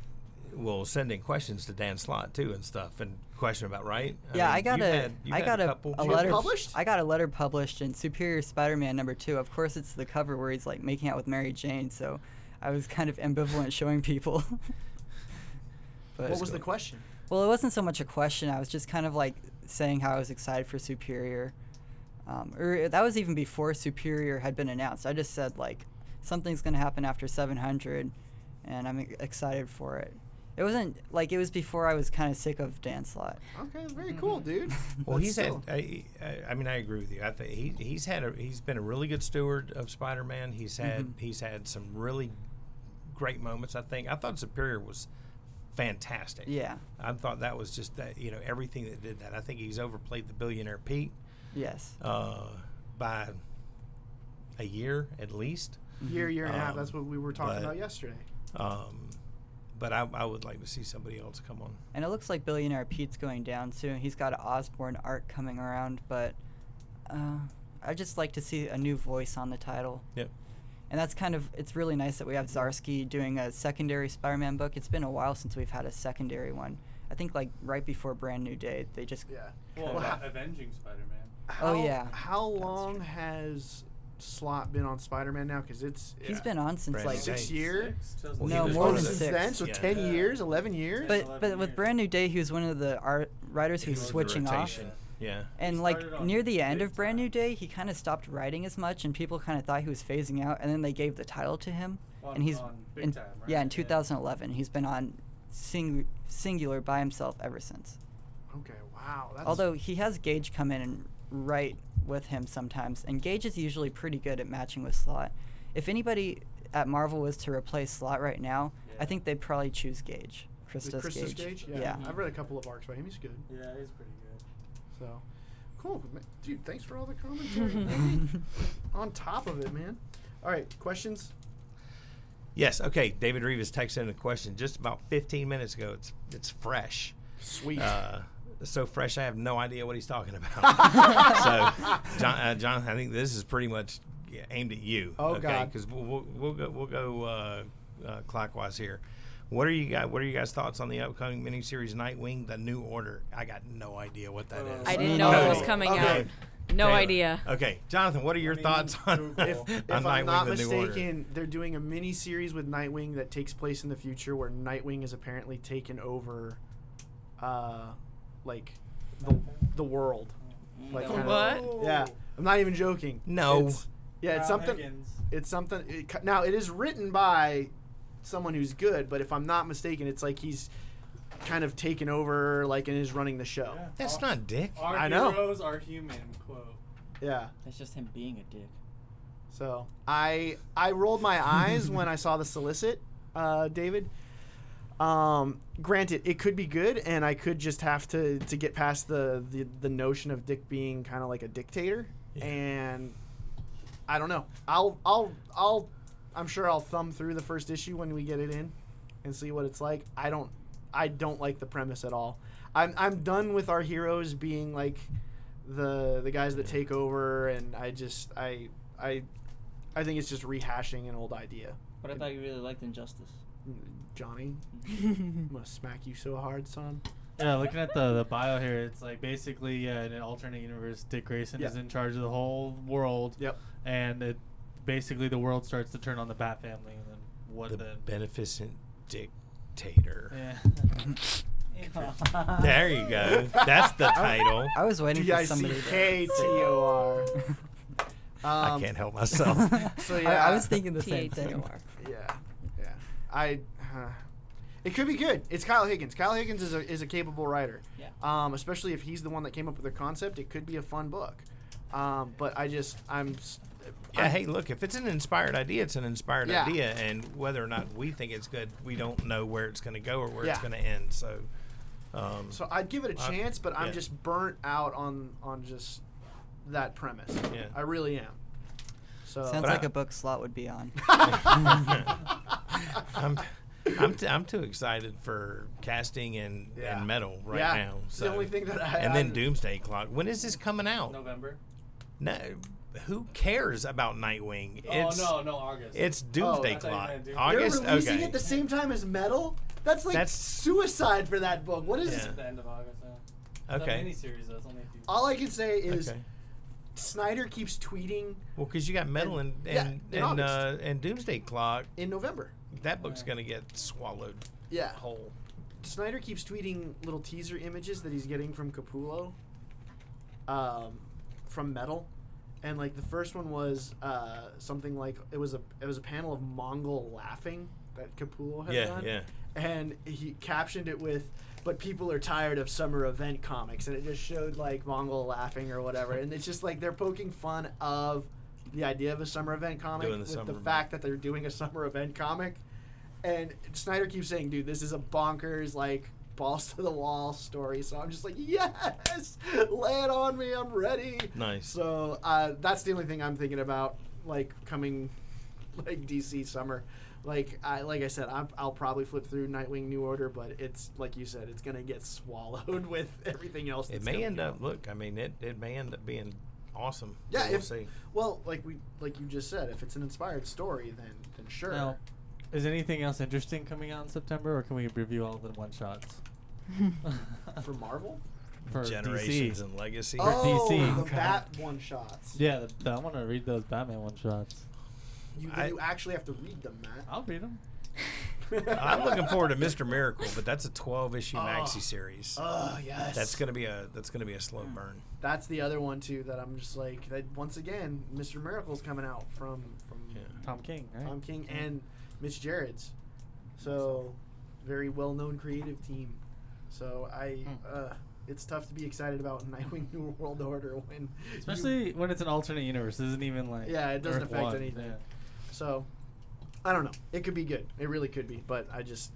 will send in questions to Dan Slott too and stuff and question about right. Yeah, I mean, got you've a, had- you've I had got a, couple- a Did you get letter published? I got a letter published in Superior Spider-Man number two. Of course, it's the cover where he's like making out with Mary Jane. So, I was kind of ambivalent showing people. <laughs> but what was the question? well, it wasn't so much a question. I was just kind of like saying how I was excited for Superior. Um, or that was even before Superior had been announced. I just said like something's going to happen after 700, and I'm e- excited for it. It wasn't like it was before I was kind of sick of Dan Slott. Okay, very cool, dude. But Well, he's had. still. I, I, I mean, I agree with you. I think he, he's had. A, he's been a really good steward of Spider-Man. He's had. Mm-hmm. He's had some really great moments. I think. I thought Superior was fantastic. Yeah. I thought that was just that. You know, everything that did that. I think he's overplayed the billionaire Pete Yes. uh, by a year at least. year, year and a half. Um, That's what we were talking but- about yesterday. Um, but I, I would like to see somebody else come on. And it looks like billionaire Pete's going down soon. He's got an Osborne arc coming around, but uh, I just like to see a new voice on the title. Yep. And that's kind of it's really nice that we have Zarsky doing a secondary Spider-Man book. It's been a while since we've had a secondary one. I think like right before Brand New Day, they just Yeah. Well, Well, that ha- Avenging Spider-Man. How, Oh, yeah. How long has Slot been on Spider Man now? Because it's He's Yeah. been on since Brand like new six day. year. Well, No, was more one oh, than of the- since six. then, so Yeah. ten Yeah. years, eleven years. But- But 11 but with years. Brand New Day, he was one of the art writers He who was was the switching off. rotation. Yeah. And He like started off near the end big of Brand New time. Day, he kind of stopped writing as much, and people kind of thought he was phasing out. And then they gave the title to him, On- and he's on Big in, Time, right? yeah Yeah. in 2011. He's been on sing, singular by himself ever since. okay, wow. That's, Although he has Gage come in and write with him sometimes, and Gage is usually pretty good at matching with Slot. If anybody at Marvel was to replace Slot right now, I Yeah. think they'd probably choose Gage, Is Christus, it Christus Gage. Gage? Yeah. I've read a couple of arcs by him. He's good. Yeah, he's pretty good. So cool, ma- dude. Thanks for all the commentary. On top of it, man. All right, questions. Yes. Okay. David Reeves texted in a question just about 15 minutes ago. It's it's fresh. Sweet. Uh, so fresh, I have no idea what he's talking <laughs> about. so, John, uh, Jonathan, I think this is pretty much aimed at you. Oh, God. Because we'll, we'll, we'll go, we'll go uh, uh, clockwise here. What are you guys? What are you guys' thoughts on the upcoming miniseries Nightwing: The New Order? I got no idea what that is. I didn't Uh, No. know it was Okay. coming Okay. out. No Taylor. idea. Okay, Jonathan, what are your mean, thoughts <laughs> on, Google. if, If- on if if Nightwing: I'm not The New Order? mistaken, they're doing a mini series with Nightwing that takes place in the future, where Nightwing is apparently taken over, uh, like the the world. Mm, Like What? kinda- Yeah, I'm not even joking. No. It's- yeah, it's Kyle something. Higgins. It's something. It, co- now it is written by someone who's good, but if I'm not mistaken, it's like he's kind of taken over, like and is running the show. Yeah. That's Our- not Dick. Our I know. heroes are human. Quote. yeah. That's just him being a dick. So I I rolled my <laughs> eyes when I saw the solicit, uh, David. Um, granted, it could be good, and I could just have to to get past the the, the notion of Dick being kind of like a dictator, Yeah. and I don't know. I'll I'll I'll I'm sure I'll thumb through the first issue when we get it in, and see what it's like. I don't I don't like the premise at all. I'm I'm done with our heroes being like the the guys that take over, and I just I I I think it's just rehashing an old idea. But I thought you really liked Injustice. Johnny, I'm gonna smack you so hard, son. Yeah, looking at the, the bio here, it's like basically uh, in an alternate universe, Dick Grayson Yeah. is in charge of the whole world. Yep. And it basically the world starts to turn on the Bat family, and then what the then? beneficent dictator. Yeah. <laughs> There you go. That's the title. <laughs> I was waiting D <laughs> I for somebody. C to- K T O <laughs> R. I Um, can't <laughs> help myself. So I- yeah, I, was thinking the same thing. T-H-E-O-R. Yeah, yeah. I. Huh. It could be good. It's Kyle Higgins. Kyle Higgins is a, is a capable writer. Yeah. Um, especially if he's the one that came up with the concept, it could be a fun book. Um, but I just I'm. s- yeah, I- hey, look, if it's an inspired idea, it's an inspired Yeah. idea. And whether or not we think it's good, we don't know where it's going to go or where it's Yeah. going to end. So, um, So <laughs> I'd give it a Uh, chance, but I'm yeah. just burnt out on on just that premise. Yeah. I really am. So <laughs> Sounds But <laughs> like I- a book slot would be on. I'm, I'm, t- I'm too excited for casting and, Yeah. and metal right Yeah. now. It's So. the only thing that I- And then I- Doomsday Clock. When is this coming out? <laughs> November. No, who cares about Nightwing? It's, oh no, no August. It's Doomsday I thought you Clock. meant Doomsday. they're August. releasing okay. it the same time as Metal. That's like That's- suicide for that book. What is? It's oh, Yeah. the end of August. Yeah. Okay. It's a miniseries though. It's only a few. All I can say is Okay. Snyder keeps tweeting Well, because you got metal and Yeah, and in and, uh, August. and Doomsday Clock. in November. That book's Yeah. gonna get swallowed Yeah. whole. Snyder keeps tweeting little teaser images that he's getting from Capullo, um, from Metal, and like the first one was uh, something like it was a it was a panel of Mongol laughing that Capullo had Yeah, done, yeah. and he captioned it with "But people are tired of summer event comics," and it just showed like Mongol laughing or whatever, and it's just like they're poking fun of the idea of a summer event comic Doing the with summer the event. fact that they're doing a summer event comic. And Snyder keeps saying, dude, this is a bonkers, like, balls to the wall story. So I'm just like, yes, lay it on me. I'm ready. Nice. So uh, that's the only thing I'm thinking about, like, coming, like, DC summer. Like I like I said, I'm, I'll probably flip through Nightwing New Order, but it's like you said, it's gonna get swallowed <laughs> with everything else. It that's may coming end out. up. Look, I mean, it, it may end up being awesome. Yeah, we'll if- see. Well, like we like you just said, if it's an inspired story, then then sure. Now, is anything else interesting coming out in September, or can we review all the one shots? <laughs> For Marvel, for generations DC. and legacy. oh, DC. the Okay. bat one shots. Yeah, th- th- I want to read those Batman one shots. You, I- you actually have to read them, Matt. <laughs> I'll read them. <laughs> <laughs> I'm looking forward to Mr. Miracle, but that's a 12 issue Oh. maxi series. Oh yes. That's gonna be a that's gonna be a slow Hmm. burn. That's the other one too that I'm just like that. Once again, Mr. Miracle's coming out from from Tom King, right? Tom King and Mitch Jarrett's. So, very well known creative team. So I, Hmm. uh, it's tough to be excited about Nightwing New World Order when, you- Especially when it's an alternate universe. It isn't even like. Yeah, it doesn't Earth affect one. anything. Yeah. So, I don't know. It could be good. It really could be. But I just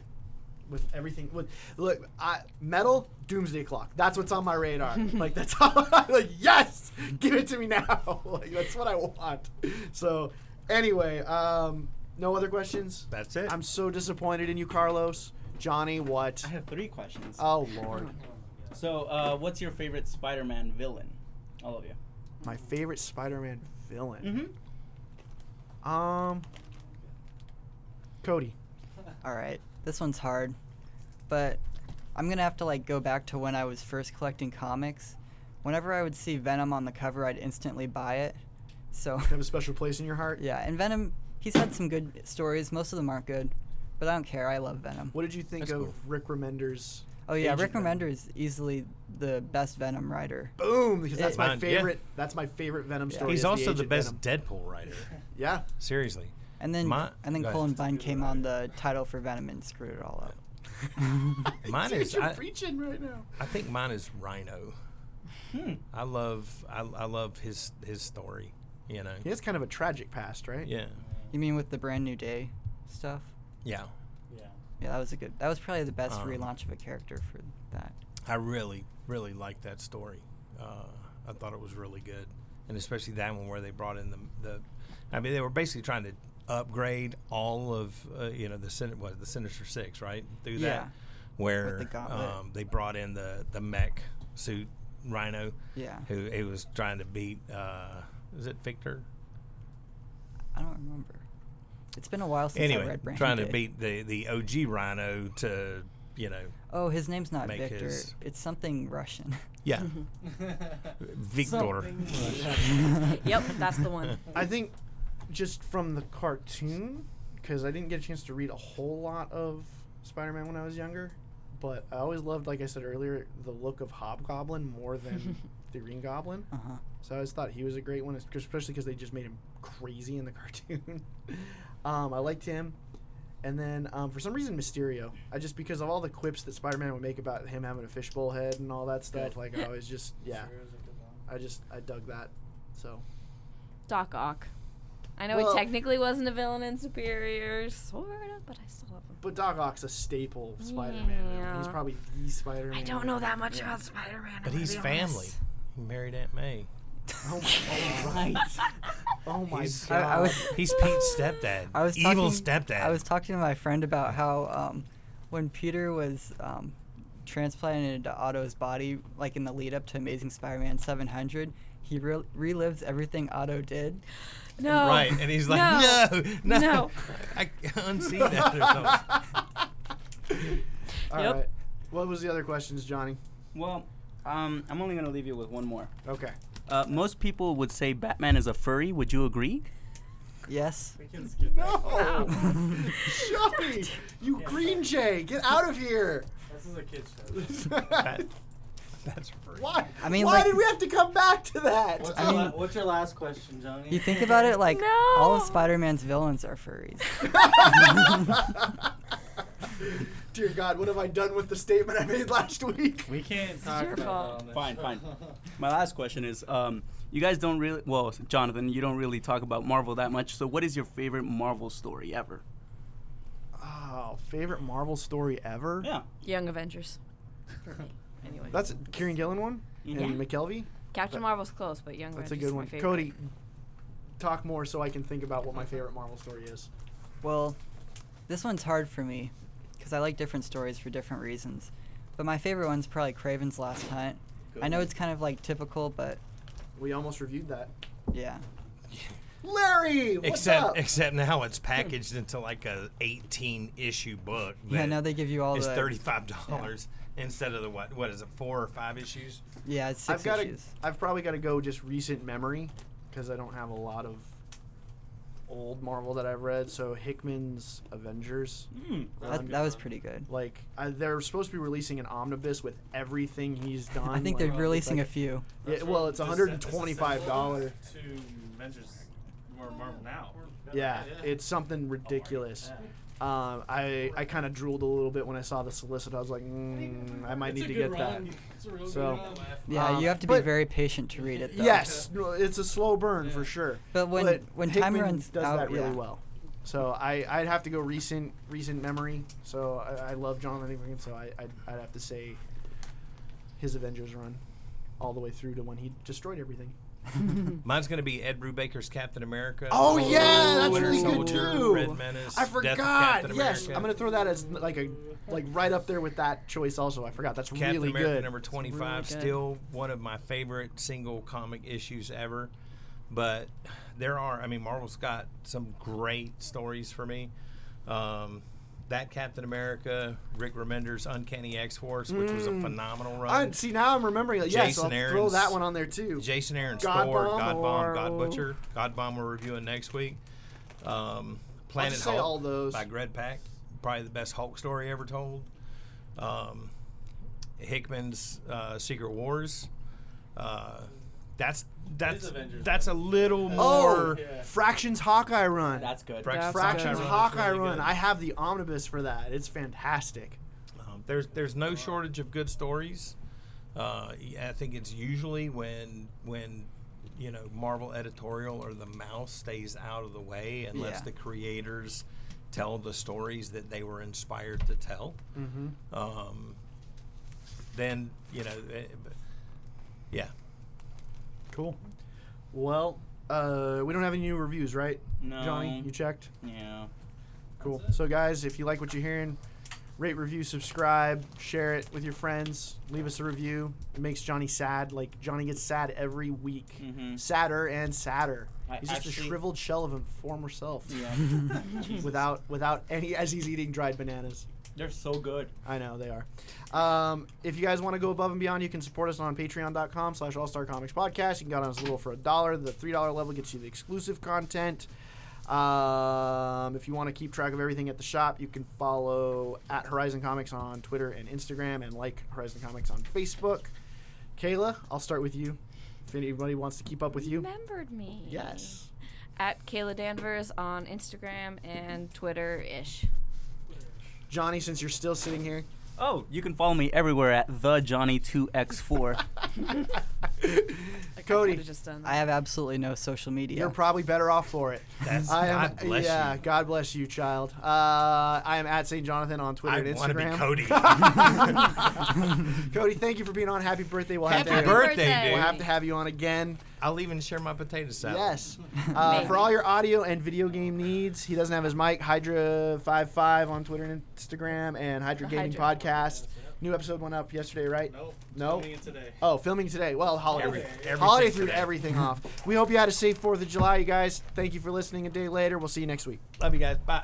with everything with look I, metal doomsday clock that's what's on my radar like that's all <laughs> like yes give it to me now <laughs> like that's what i want so anyway um no other questions That's it. i'm so disappointed in you carlos johnny what I have three questions. oh lord so, uh, what's your favorite Spider-Man villain? All of you. my favorite spider-man villain Mm-hmm. <laughs> Mm-hmm. um cody All right, this one's hard, but I'm gonna have to like go back to when I was first collecting comics. Whenever I would see Venom on the cover, I'd instantly buy it. So you have a <laughs> special place in your heart yeah, and Venom, he's had some good stories. Most of them aren't good, but I don't care. I love Venom. What did you think That's of cool. Rick Remender's? Oh yeah, Agent Rick Venom? Remender is easily the best Venom writer. Boom, because that's my Mine, yeah. favorite. That's my favorite Venom story. is He's also the Agent best Venom. Deadpool writer. <laughs> <laughs> Yeah, Seriously. And then My- and then go ahead. Colin Bunn came on the title for Venom and screwed it all up. <laughs> <laughs> Mine See what is you're I, preaching right now. I think mine is Rhino. Hmm. I love I, I love his his story. You know. He has kind of a tragic past, right? Yeah. You mean with the brand new day stuff? Yeah. Yeah. Yeah, that was a good. That was probably the best Um, relaunch of a character for that. I really really liked that story. Uh, I thought it was really good, and especially that one where they brought in the the. I mean, they were basically trying to upgrade all of uh, you know the Sin- what, the Sinister Six, right? Through Yeah. that, where With the gauntlet. um, they brought in the the mech suit Rhino, Yeah, who it was trying to beat. Uh, is it Victor? I don't remember. It's been a while since I anyway, read Brand trying New to Day. beat the the OG Rhino to you know Oh, his name's not make Victor. his- It's something Russian. <laughs> <laughs> yeah Victor. Yep, that's the one. I think just from the cartoon, because I didn't get a chance to read a whole lot of Spider-Man when I was younger, but I always loved, like I said earlier, the look of Hobgoblin more than <laughs> the Green Goblin. Uh huh. So I always thought he was a great one, es- especially because they just made him crazy in the <laughs> cartoon. um, I liked him. And then um, for some reason, Mysterio. I just because of all the quips that Spider Man would make about him having a fishbowl head and all that stuff. Like I always just <laughs> yeah, I just I dug that. So Doc Ock. I know Well- he technically wasn't a villain in Superior, sort of, but I still love him. but Doc Ock's a staple of Spider Man. He's Yeah. probably the Spider Man. I don't know that much about Spider-Man. But I'm he's gonna be honest. family. He married Aunt May. Oh, oh, my- <laughs> oh my He's- uh, god! I, I <laughs> was <laughs> He's Pete's stepdad. I was evil talking, stepdad. I was talking to my friend about how um, when Peter was um, transplanted into Otto's body, like in the lead up to Amazing Spider-Man 700, he re- relives everything Otto did. <laughs> No. right, and he's like, no, no, No. <laughs> I can't see that or something. <laughs> All Yep. right. What was the other questions, Johnny? Well, um, I'm only gonna leave you with one more. Okay. Uh, most people would say Batman is a furry. Would you agree? Yes. <laughs> No, Johnny, you green jay, get out of here! This is a kid's <laughs> show. That, that's free. Why? I mean, why like- did we have to come back to that? What's, I your mean- la- what's your last question, Johnny? You think about <laughs> it, like all of No. Spider-Man's villains are furries. <laughs> <laughs> Dear God, what have I done with the statement I made last week? We can't talk your about fault. that on this Fine, show. <laughs> fine. My last question is, um, you guys don't really, well, Jonathan, you don't really talk about Marvel that much. So, what is your favorite Marvel story ever? Oh, favorite Marvel story ever? Yeah. Young Avengers. For me. Anyway. That's a Kieran Gillen one Mhm. and McKelvey. that- Captain Marvel's close, but Young That's Avengers a is good my one. one. favorite. Cody, talk more so I can think about what my favorite Marvel story is. Well, this one's hard for me because I like different stories for different reasons. But my favorite one's probably Craven's Last Hunt. I know it's kind of like typical, but We almost reviewed that. yeah. Larry, what's except up? except now it's packaged into like a 18 issue book. Yeah, that now they give you all is the 35 dollars instead of the what? What is it? Four or five issues? Yeah, it's 6 I've got issues. to. I've probably got to go just recent memory because I don't have a lot of old Marvel that I've read. So Hickman's Avengers. Hmm, That, that was pretty good. Like I, they're supposed to be releasing an omnibus with everything he's done. <laughs> <laughs> I think like, they're releasing a like, few. Yeah, well, it's one hundred and twenty-five dollar. To Avengers or Marvel now. Yeah, it's something ridiculous. Um, I I kind of drooled a little bit when I saw the solicit. I was like, mm, I might need to get that. So- Yeah, Um, you have to be but- very patient to read it. Though. <laughs> Yes, no, it's a slow burn for sure. But when- when time Hickman runs does out, that really yeah. well. So I I'd have to go recent recent memory. So I, I love Jonathan Hickman. So I I'd, I'd have to say his Avengers run, all the way through to when he destroyed everything. Mine's going to be Ed Brubaker's Captain America. Oh, Thor, yeah, that's Winter really good, Soldier, too. Red Menace, I Death of Captain forgot. Yes, America. I'm gonna throw that as like a like right up there with that choice. Also, I forgot. That's Captain really America good. number It's 25, really good. still one of my favorite single comic issues ever. But there are, I mean, Marvel's got some great stories for me. Um, that Captain America, Rick Remender's Uncanny X Force, which was a phenomenal run. Mm. I see now. I'm remembering. it. Yes, Jason I'll throw Aaron's- that one on there too. Jason Aaron's God Thor, Bomb God Bomb, God or- Butcher, God Bomb we're reviewing next week. Um, Planet say Hulk all those. by Greg Pack, probably the best Hulk story ever told. Um, Hickman's uh, Secret Wars. Uh, that's that's Avengers that's a little Oh, more. Yeah. Fractions Hawkeye run. That's good. Fract- That's Fractions good. Hawkeye really run. good. I have the omnibus for that. It's fantastic. Um, there's there's no shortage of good stories. Uh, y- I think it's usually when when you know Marvel editorial or the mouse stays out of the way and lets Yeah. the creators tell the stories that they were inspired to tell. Um, then you know, eh, but- yeah. Cool. Well, uh, we don't have any new reviews, right? No. Johnny, you checked. <laughs> Yeah. Cool. So, guys, if you like what you're hearing, rate, review, subscribe, share it with your friends, leave us a review. It makes Johnny sad. Like, Johnny gets sad every week. Mhm. Sadder and sadder. I He's just a actually- shriveled shell of his former self. Yeah. <laughs> <laughs> Without, without any, as he's eating dried bananas. They're so good. I know they are. Um, if you guys want to go above and beyond, you can support us on patreon.com slash all star comics podcast. You can go down as little for a dollar. The three dollar level gets you the exclusive content. Um, if you want to keep track of everything at the shop, you can follow at Horizon Comics on Twitter and Instagram and like Horizon Comics on Facebook. Kayla, I'll start with you. If anybody wants to keep up with you. Remembered me. Yes. At Kayla Danvers on Instagram and Twitter ish. Johnny, since you're still sitting here. Oh, you can follow me everywhere at the Johnny Two <laughs> X Four. Cody, I have absolutely no social media. You're probably better off for it. That's- I am, God bless yeah, you. God bless you, child. Uh, I am at St. Jonathan on Twitter I and want to be Instagram. Cody. <laughs> Cody, thank you for being on. Happy birthday. We'll have Happy to have, birthday, dude. we'll have to have you on again. I'll even share my potato salad. Yes. Uh, for all your audio and video game needs, he doesn't have his mic. Hydra55 on Twitter and Instagram and Hydra Gaming Hydra. Podcast. New episode went up yesterday, right? Nope. No? Doing it today. Oh, filming today. Well, holiday. Every- everything holiday threw today. everything off. We hope you had a safe 4th of July, you guys. Thank you for listening a day later. We'll see you next week. Love you guys. Bye.